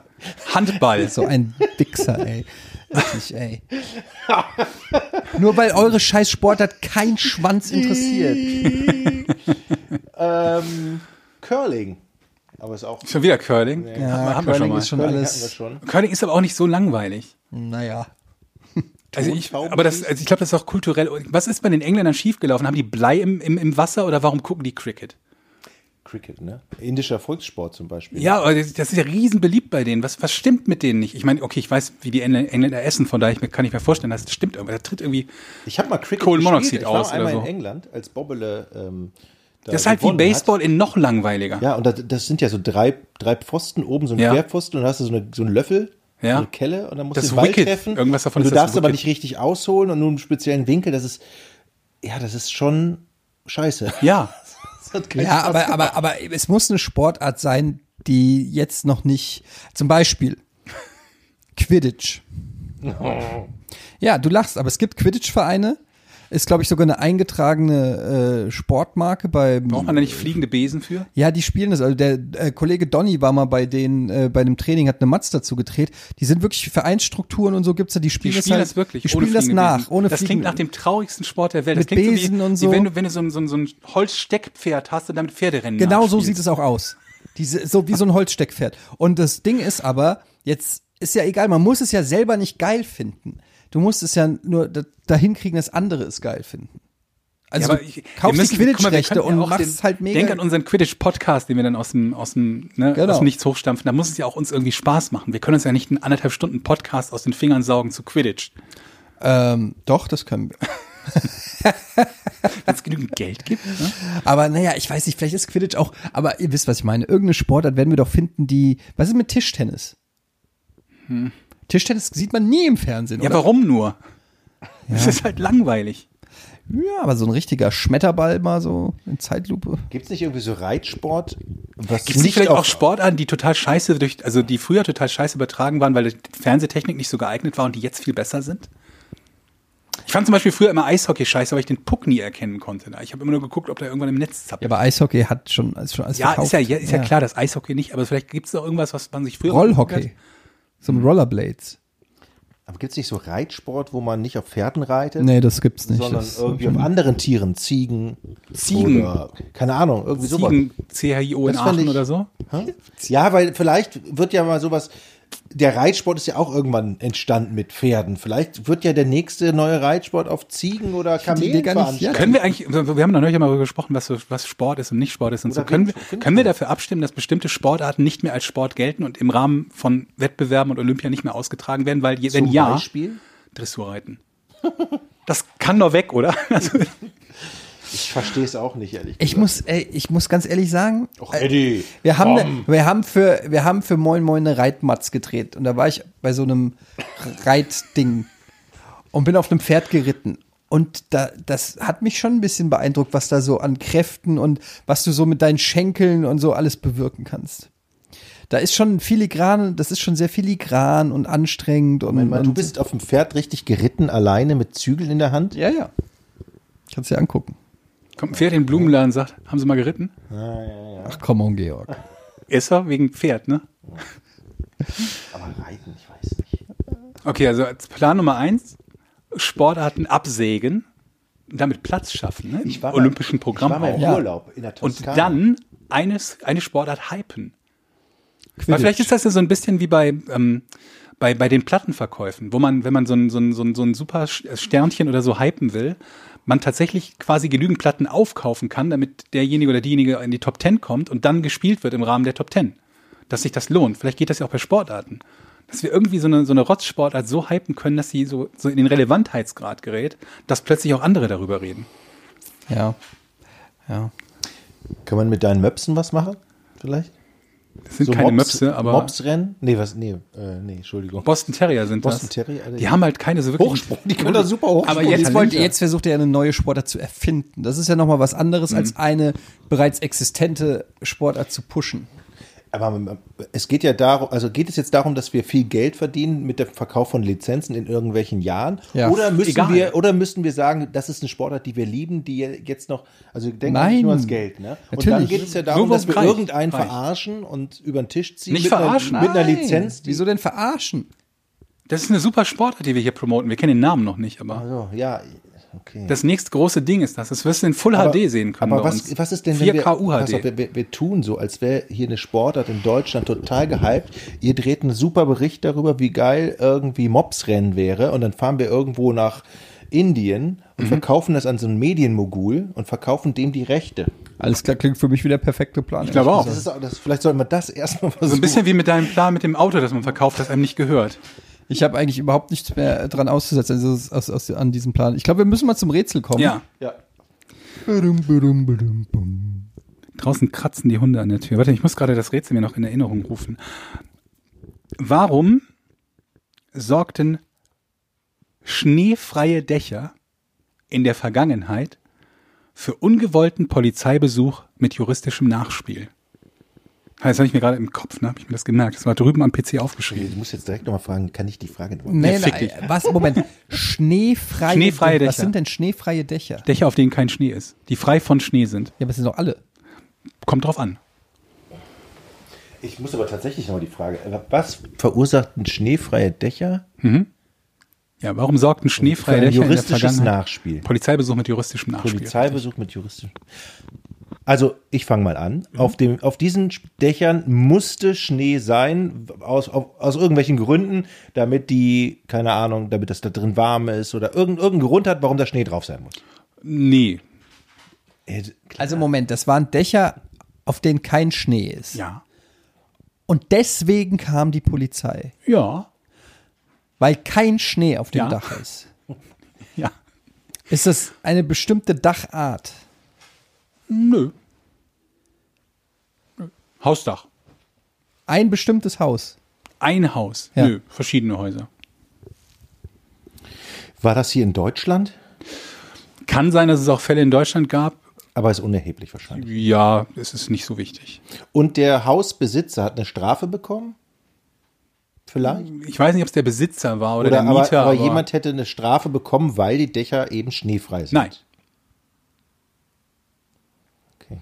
F: Handball.
E: So ein Wichser, ey. Wirklich, ey. Nur weil eure scheiß Sportart kein Schwanz interessiert.
A: Ähm, Curling. Aber ist auch.
F: Schon wieder Curling.
E: Ja,
F: haben wir schon
E: Curling
F: mal.
E: ist schon
A: Curling hatten wir
E: alles,
A: schon.
F: Curling ist aber auch nicht so langweilig.
E: naja.
F: Also ich, aber das, also ich glaube, das ist auch kulturell. Was ist bei den Engländern schiefgelaufen? Haben die Blei im, im, im Wasser oder warum gucken die Cricket?
A: Cricket, ne? Indischer Volkssport zum Beispiel.
F: Ja, aber das das ist ja riesen beliebt bei denen. Was, was stimmt mit denen nicht? Ich meine, okay, ich weiß, wie die Engl- Engländer essen, von daher ich, mir- kann ich mir vorstellen, dass das stimmt. Aber da tritt irgendwie.
A: Ich habe mal Cricket
F: Kohlenmonoxid
A: gespielt. Ich war
F: aus
A: einmal
F: oder so.
A: in England, als Bobbele. Ähm, da
F: Das ist halt wie
A: gewonnen hat.
F: Baseball in noch langweiliger.
A: Ja, und das, das sind ja so drei, drei Pfosten oben, so ein
F: Ja.
A: Querpfosten und da hast du so, eine, so einen Löffel,
F: Ja.
A: so eine Kelle und dann musst
F: Das
A: du den Ball
F: Wicket.
A: treffen.
F: Irgendwas
A: und
F: davon
A: du
F: ist das
A: darfst aber
F: Wicket.
A: nicht richtig ausholen und nur einen speziellen Winkel. Das ist, ja, das ist schon scheiße.
F: Ja.
A: Das hat keinen
E: Ja,
A: Spaß
E: aber, aber, aber es muss eine Sportart sein, die jetzt noch nicht. Zum Beispiel Quidditch. Ja, du lachst, aber es gibt Quidditch-Vereine. Ist, glaube ich, sogar eine eingetragene äh, Sportmarke bei.
F: Braucht man da nicht fliegende Besen für?
E: Ja, die spielen das. Also der äh, Kollege Donny war mal bei denen, äh, bei einem Training, hat eine Matz dazu gedreht. Die sind wirklich Vereinsstrukturen und so gibt's ja. Die
F: Die
E: spielen,
F: spielen
E: das, halt,
F: das wirklich.
E: Die
F: ohne
E: spielen das
F: fliegende
E: nach,
F: Besen.
E: ohne
F: Das
E: Fliegen.
F: klingt nach dem traurigsten Sport der Welt.
E: Mit
F: das klingt
E: Besen
F: wie,
E: und so.
F: Wie wenn du, wenn du so, ein, so, ein, so ein Holzsteckpferd hast und damit Pferderennen
E: Genau so
F: nachspielst.
E: sieht es auch aus. Diese, so wie so ein Holzsteckpferd. Und das Ding ist aber, jetzt ist ja egal, man muss es ja selber nicht geil finden. Du musst es ja nur da- dahin kriegen, dass andere es geil finden. Also
F: aber
E: du
F: ich- wir
E: kaufst die
F: müssen- guck mal, wir
E: Quidditch-Rechte
F: könnten
E: und
F: ja auch
E: machst
F: den-
E: es halt mega.
F: Denk an unseren Quidditch-Podcast, den wir dann aus dem, aus dem, ne,
E: Genau.
F: aus dem Nichts hochstampfen. Da muss es ja auch uns irgendwie Spaß machen. Wir können uns ja nicht einen anderthalb Stunden Podcast aus den Fingern saugen zu Quidditch.
E: ähm, doch, das können wir.
F: Wenn es genügend Geld gibt. Ne?
E: Aber naja, ich weiß nicht, vielleicht ist Quidditch auch, aber ihr wisst, was ich meine. Irgendeine Sportart werden wir doch finden, die. Was ist mit Tischtennis? Tischtennis sieht man nie im Fernsehen,
F: Hm. Ja,
E: oder?
F: warum nur? Es ist halt langweilig.
E: Ja, aber so ein richtiger Schmetterball mal so in Zeitlupe.
A: Gibt es nicht irgendwie so Reitsport? Was
F: Gibt es nicht vielleicht auch Sportarten, die total scheiße durch, also die früher total scheiße übertragen waren, weil die Fernsehtechnik nicht so geeignet war und die jetzt viel besser sind? Ich fand zum Beispiel früher immer Eishockey scheiße, weil ich den Puck nie erkennen konnte. Ich habe immer nur geguckt, ob der irgendwann im Netz zappt.
E: Ja, aber Eishockey hat schon, ist schon alles
F: Ja,
E: verkauft.
F: ist ja, ist ja, klar, das Eishockey nicht, aber vielleicht gibt es noch irgendwas, was man sich früher.
E: Rollhockey. So ein Rollerblades.
A: aber gibt es nicht so Reitsport, wo man nicht auf Pferden reitet,
E: Nee, das gibt's nicht.
A: sondern
E: das,
A: irgendwie auf anderen Tieren, Ziegen,
F: Ziegen.
A: oder keine Ahnung, irgendwie sowas.
F: Ziegen, CHIO in
A: Das fand
F: Aachen
A: ich-
F: oder so.
A: Hä? Ja, weil vielleicht wird ja mal sowas. Der Reitsport ist ja auch irgendwann entstanden mit Pferden. Vielleicht wird ja der nächste neue Reitsport auf Ziegen oder
E: die
A: Kamelen
E: Idee gar nicht-
A: veranstaltet.
E: ja,
F: Können wir eigentlich, wir haben noch neulich mal darüber gesprochen, was, so- was Sport ist und nicht Sport ist und so. Können wir, können wir dafür abstimmen, dass bestimmte Sportarten nicht mehr als Sport gelten und im Rahmen von Wettbewerben und Olympia nicht mehr ausgetragen werden? Weil, je, wenn ja,
A: Beispiel?
F: Dressurreiten. Das kann doch weg, oder? Also,
A: Ich verstehe es auch nicht, ehrlich
E: ich muss, ey, ich muss ganz ehrlich sagen,
A: Eddie,
E: Äh, wir haben, ne, wir haben für, wir haben für Moin Moin eine Reitmatz gedreht und da war ich bei so einem Reitding und bin auf einem Pferd geritten. Und da, das hat mich schon ein bisschen beeindruckt, was da so an Kräften und was du so mit deinen Schenkeln und so alles bewirken kannst. Da ist schon filigran, das ist schon sehr filigran und anstrengend und,
A: Moment mal, du
E: und
A: bist auf dem Pferd richtig geritten, alleine mit Zügeln in der Hand?
E: ja, ja. Kannst dir angucken.
F: kommt ein Pferd in den Blumenladen und sagt, haben Sie mal geritten?
E: Ach komm on, Georg.
F: Ist er wegen Pferd, ne?
A: Aber reiten, ich weiß nicht.
F: Okay, also als Plan Nummer eins, Sportarten absägen, und damit Platz schaffen, ne? Im
A: Ich war mal-
F: olympischen Programm.
A: Ich war mal im
F: auch.
A: Urlaub in der
F: Und
A: Toskana.
F: dann eines, eine Sportart hypen. Weil vielleicht ist das ja so ein bisschen wie bei, ähm, bei, bei den Plattenverkäufen, wo man, wenn man so ein, so ein, so ein, so ein super äh, Sternchen oder so hypen will, man tatsächlich quasi genügend Platten aufkaufen kann, damit derjenige oder diejenige in die Top Ten kommt und dann gespielt wird im Rahmen der Top Ten. Dass sich das lohnt. Vielleicht geht das ja auch bei Sportarten. Dass wir irgendwie so eine, so eine Rotzsportart so hypen können, dass sie so, so in den Relevantheitsgrad gerät, dass plötzlich auch andere darüber reden.
E: Ja. Ja.
A: Kann man mit deinen Möpsen was machen? Vielleicht?
F: Das sind keine Möpse, aber.
A: Mopsrennen? Nee, was? Nee, äh, nee, Entschuldigung.
F: Boston Terrier sind
A: Boston
F: das.
A: Terrier, Alter.
F: die haben halt keine so wirklich.
A: Hochsprung, die können da super hochspringen.
F: Aber
E: Jetzt,
F: jetzt,
E: wollt,
F: ihr
E: jetzt
F: jetzt.
E: versucht ihr eine neue Sportart zu erfinden. Das ist ja nochmal was anderes, als eine bereits existente Sportart zu pushen.
A: Aber ähm, es geht ja darum, also geht es jetzt darum, dass wir viel Geld verdienen mit dem Verkauf von Lizenzen in irgendwelchen Jahren?
E: Ja,
A: oder müssen
F: egal.
A: wir, oder müssen wir sagen, das ist eine Sportart, die wir lieben, die jetzt noch, also denken wir
E: Nein.
A: nicht nur ans Geld, ne? Und dann
E: Natürlich.
A: geht es ja darum,
F: Nur
A: dass wir
F: reich.
A: irgendeinen
F: Reich.
A: verarschen und über den Tisch ziehen.
F: Nicht
A: mit
F: verarschen.
A: Einer, mit einer
E: Nein.
A: Lizenz, die
E: Wieso denn verarschen?
F: Das ist eine super Sportart, die wir hier promoten. Wir kennen den Namen noch nicht, aber
A: Also, ja, okay.
F: das nächste große Ding ist das. Das wirst du in Full
A: Aber-
F: HD sehen können.
A: Aber
F: bei
A: was,
F: uns.
A: was ist denn,
F: 4K
A: wenn wir, pass auf,
F: UHD?
A: wir, wir, wir tun so, als wäre hier eine Sportart in Deutschland total gehypt. Ihr dreht einen super Bericht darüber, wie geil irgendwie Mobsrennen wäre und dann fahren wir irgendwo nach Indien und
F: Mhm.
A: verkaufen das an so einen Medienmogul und verkaufen dem die Rechte.
E: Alles klar, klingt für mich wie der perfekte Plan.
F: Ich glaube auch.
A: Das ist, auch- das, vielleicht sollten wir das erstmal versuchen.
F: So ein bisschen wie mit deinem Plan mit dem Auto, das man verkauft, das einem nicht gehört.
E: Ich habe eigentlich überhaupt nichts mehr dran auszusetzen also es ist aus, aus, an diesem Plan. Ich glaube, wir müssen mal zum Rätsel kommen.
F: Ja.
A: Ja.
E: Badum, badum, badum, bum.
F: Draußen kratzen die Hunde an der Tür. Warte, ich muss gerade das Rätsel mir noch in Erinnerung rufen. Warum sorgten schneefreie Dächer in der Vergangenheit für ungewollten Polizeibesuch mit juristischem Nachspiel? Ah, Das habe ich mir gerade im Kopf, ne? Habe ich mir das gemerkt. Das war drüben am PC
A: Ich
F: aufgeschrieben.
A: muss jetzt direkt nochmal fragen, kann ich die Frage noch mal-
E: Nee,
F: fick
E: nein,
F: dich.
E: was? Moment. Schneefreie,
F: Schneefreie
E: Was
F: Dächer.
E: sind denn schneefreie Dächer?
F: Dächer, auf denen kein Schnee ist, die frei von Schnee sind.
E: Ja, aber es sind doch alle.
F: Kommt drauf an.
A: Ich muss aber tatsächlich nochmal die Frage, was verursachten schneefreie Dächer
F: Ja, warum sorgten
A: für
F: schneefreie
A: ein
F: Dächer in der
A: juristisches
F: Vergangenheit?
A: Nachspiel?
F: Polizeibesuch mit juristischem Nachspiel.
A: Polizeibesuch mit juristischen. Also, ich fange mal an.
F: Mhm.
A: Auf, dem, auf diesen Dächern musste Schnee sein, aus, auf, aus irgendwelchen Gründen, damit die, keine Ahnung, damit das da drin warm ist oder irgendeinen irgendein Grund hat, warum da Schnee drauf sein muss.
F: Nee.
A: Äh,
E: Also Moment, das waren Dächer, auf denen kein Schnee ist.
F: Ja.
E: Und deswegen kam die Polizei.
F: Ja.
E: Weil kein Schnee auf dem
F: Ja.
E: Dach ist.
F: Ja.
E: Ist das eine bestimmte Dachart?
F: Nö. Nö. Hausdach.
E: Ein bestimmtes Haus.
F: Ein Haus.
E: Ja.
F: Nö, verschiedene Häuser.
A: War das hier in Deutschland?
F: kann sein, dass es auch Fälle in Deutschland gab.
A: Aber ist unerheblich wahrscheinlich.
F: Ja, es ist nicht so wichtig.
A: Und der Hausbesitzer hat eine Strafe bekommen? Vielleicht?
F: Ich weiß nicht, ob es der Besitzer war Hm. oder,
A: Oder
F: der Mieter.
A: aber, aber
F: aber-
A: jemand hätte eine Strafe bekommen, weil die Dächer eben schneefrei sind.
F: Nein.
A: Okay.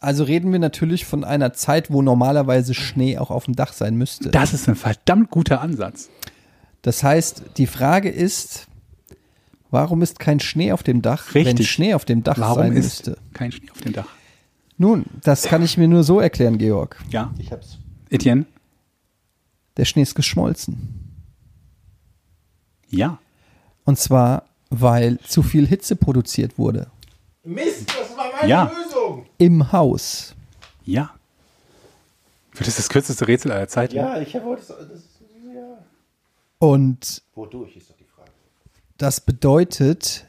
E: Also reden wir natürlich von einer Zeit, wo normalerweise Schnee auch auf dem Dach sein müsste.
F: Das ist ein verdammt guter Ansatz.
E: Das heißt, die Frage ist, warum ist kein Schnee auf dem Dach, wenn
F: Richtig.
E: Schnee auf dem Dach sein
F: Warum ist
E: müsste?
F: kein Schnee auf dem Dach?
E: Nun, das kann ich mir nur so erklären, Georg.
F: Ja,
A: Ich hab's.
F: Etienne?
E: Der Schnee ist geschmolzen.
F: Ja.
E: Und zwar, weil zu viel Hitze produziert wurde.
F: Ja.
E: Im Haus.
F: Ja. Das ist das kürzeste Rätsel aller Zeiten.
A: Ja, ich oh, habe heute.
E: Und
A: Wodurch ist doch die Frage.
E: das bedeutet,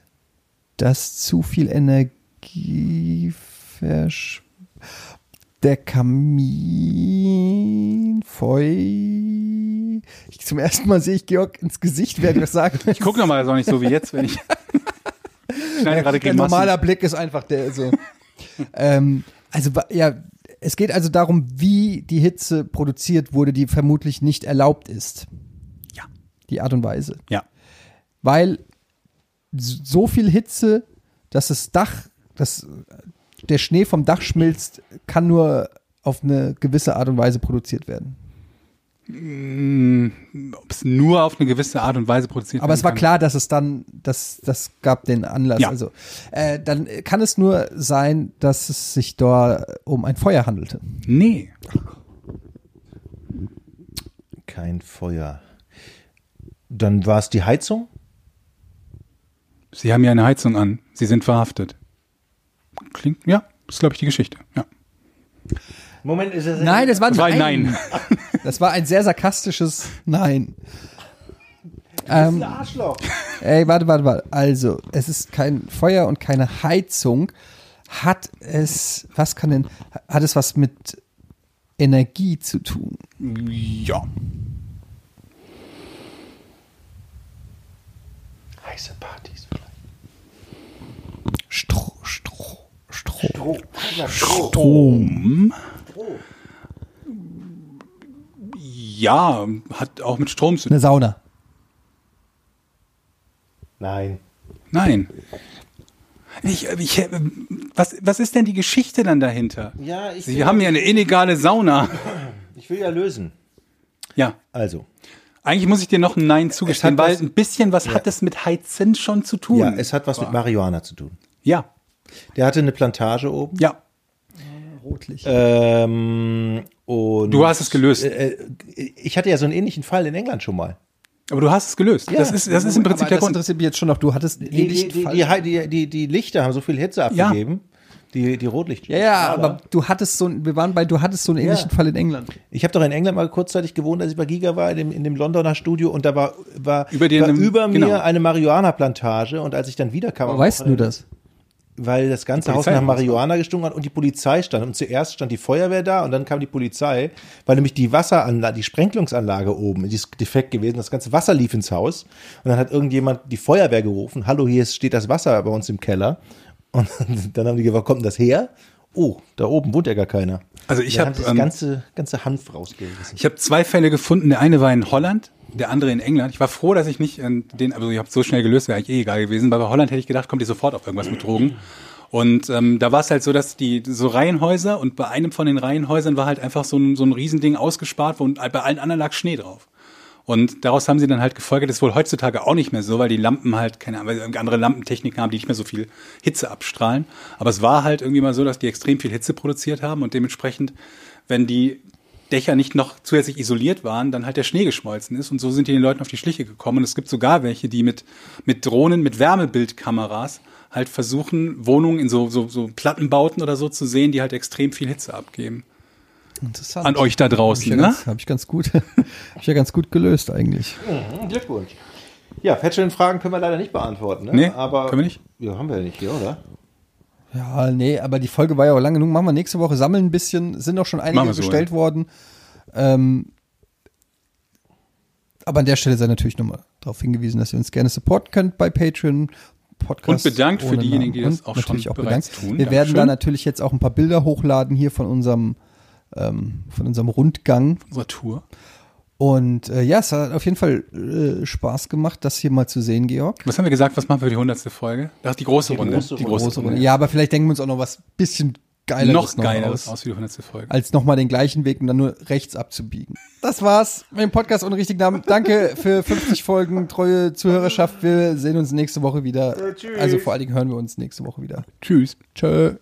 E: dass zu viel Energie versch der Kamin feu. Ich, zum ersten Mal sehe ich Georg ins Gesicht, während er sagt.
F: Ich guck nochmal, ist auch nicht so wie jetzt, wenn ich. Ich schneide gerade
E: Der
F: Grimassen.
E: normaler Blick ist einfach der so. ähm, also wa- ja, es geht also darum, wie die Hitze produziert wurde, die vermutlich nicht erlaubt ist.
F: Ja.
E: Die Art und Weise.
F: Ja.
E: Weil s- so viel Hitze, dass das Dach, dass äh, der Schnee vom Dach schmilzt, kann nur auf eine gewisse Art und Weise produziert werden.
F: Ob es nur auf eine gewisse Art und Weise produziert
E: Aber es war
F: werden
E: klar, dass es dann, das, das gab den Anlass.
F: Ja.
E: Also, äh, dann kann es nur sein, dass es sich da um ein Feuer handelte.
F: kann. Nee.
A: Kein Feuer. Dann war es die Heizung?
F: Sie haben ja eine Heizung an. Sie sind verhaftet. Klingt, ja, ist, glaube ich, die Geschichte. Ja.
A: Moment, ist es.
E: Nein, das war
F: Das war ein Nein.
E: Das war ein sehr sarkastisches Nein. Ähm,
A: Arschloch.
E: ey, warte, warte, warte. Also, es ist kein Feuer und keine Heizung. Hat es, was kann denn, hat es was mit Energie zu tun?
F: Ja.
A: Heiße Partys vielleicht.
E: Stroh, Stroh, Stroh.
F: Strom. Ja, hat auch mit Strom zu tun.
E: Eine Sauna.
A: Nein.
F: Nein. Ich, äh, ich, was, was ist denn die Geschichte dann dahinter?
A: Ja, ich,
F: Sie haben ja eine illegale Sauna.
A: ich will ja lösen.
F: Ja.
A: Also,
F: Eigentlich muss ich dir noch ein Nein zugestehen,
A: Es hat
F: weil
A: was-
F: ein bisschen was hat es mit Heizen schon zu tun.
A: ja, es hat was mit Marihuana zu tun.
F: ja,
A: Der hatte eine Plantage oben.
F: ja. Äh,
A: Ähm, und Äh,
F: Du hast es gelöst.
A: ich hatte ja so einen ähnlichen Fall in England schon mal.
F: Aber du hast es gelöst. das, ist, das ist im Prinzip
E: Aber
F: der
E: das
F: Grund.
E: interessiert mich jetzt schon noch. Du hattest einen
A: Die, die, die,
E: Lichtfall.
A: die, die, die, die Lichter haben so viel Hitze
F: Ja.
A: abgegeben. Die, die Rotlicht.
E: Ja, ja, aber du hattest so ein, wir waren bei, du hattest so einen ähnlichen Fall in England.
A: Ich habe doch in England mal kurzzeitig gewohnt, als ich bei Giga war, in dem, in dem Londoner Studio und da war, war,
F: Über dir
A: war
F: einem-
A: über mir
F: genau.
A: eine Marihuana-Plantage und als ich dann wiederkam, am
E: Weißt du
A: Wochenende-
E: das?
A: weil das ganze Haus
F: Polizei
A: nach
F: muss
A: Marihuana gestunken hat und die Polizei stand. Und zuerst stand die Feuerwehr da und dann kam die Polizei, weil nämlich die Wasseranlage, die Sprenkelungsanlage oben, die ist defekt gewesen, das ganze Wasser lief ins Haus. Und dann hat irgendjemand die Feuerwehr gerufen, hallo, hier ist- steht das Wasser bei uns im Keller. Und dann haben die gefragt, kommt das her? Oh, da oben wohnt ja gar keiner.
F: Also ich
A: Dann
F: hab,
A: haben sie das
F: ähm,
A: ganze, ganze Hanf rausgerissen.
F: Ich habe zwei Fälle gefunden. Der eine war in Holland, der andere in England. Ich war froh, dass ich nicht in den, also ich habe so schnell gelöst, wäre eigentlich eh egal gewesen, weil bei Holland hätte ich gedacht, kommt ihr sofort auf irgendwas mit Drogen. Und ähm, da war es halt so, dass die so Reihenhäuser und bei einem von den Reihenhäusern war halt einfach so ein, so ein Riesending ausgespart und halt bei allen anderen lag Schnee drauf. Und daraus haben sie dann halt gefolgert, das ist wohl heutzutage auch nicht mehr so, weil die Lampen halt, keine Ahnung, weil sie irgendwie andere Lampentechniken haben, die nicht mehr so viel Hitze abstrahlen. Aber es war halt irgendwie mal so, dass die extrem viel Hitze produziert haben und dementsprechend, wenn die Dächer nicht noch zusätzlich isoliert waren, dann halt der Schnee geschmolzen ist und so sind die den Leuten auf die Schliche gekommen. Und es gibt sogar welche, die mit, mit Drohnen, mit Wärmebildkameras halt versuchen, Wohnungen in so, so, so Plattenbauten oder so zu sehen, die halt extrem viel Hitze abgeben.
E: Interessant.
F: An euch da
E: Habe ich, ja
F: draußen, ne?
E: ganz, hab ich ganz gut, hab ich ja ganz gut gelöst eigentlich.
A: Glückwunsch. Ja, Fetchel-Fragen können wir leider nicht beantworten. Ne?
F: Nee,
A: aber
F: können wir nicht?
A: Ja, haben wir ja nicht hier, oder?
E: Ja, nee, aber die Folge war ja auch lang genug. Machen wir nächste Woche, sammeln ein bisschen, sind auch schon
F: Machen
E: einige
F: wir so,
E: bestellt worden. Ähm, aber an der Stelle sei natürlich nochmal darauf hingewiesen, dass ihr uns gerne supporten könnt bei Patreon. Podcast.
F: Und bedankt für
E: ohne
F: diejenigen, die
E: Namen.
F: das
E: Und
F: auch
E: natürlich
F: schon
E: auch
F: bereits
E: bedankt.
F: tun.
E: Wir werden
F: Dankeschön.
E: da natürlich jetzt auch ein paar Bilder hochladen hier von unserem, ähm, von unserem Rundgang.
F: Unsere Tour.
E: Und äh, ja, es hat auf jeden Fall äh, Spaß gemacht, das hier mal zu sehen, Georg.
F: Was haben wir gesagt? Was machen wir für die hundertste Folge? Das ist die große Runde. die große, Runde.
E: Ja, aber vielleicht denken wir uns auch noch was bisschen geileres
F: Noch geiler
E: aus,
F: aus. aus wie die hundertste Folge.
E: als nochmal den gleichen Weg und dann nur rechts abzubiegen. Das war's mit dem Podcast ohne richtigen Namen. Danke für 50 Folgen treue Zuhörerschaft. Wir sehen uns nächste Woche wieder. Also vor allen Dingen hören wir uns nächste Woche wieder.
F: Tschüss.
E: Tschö.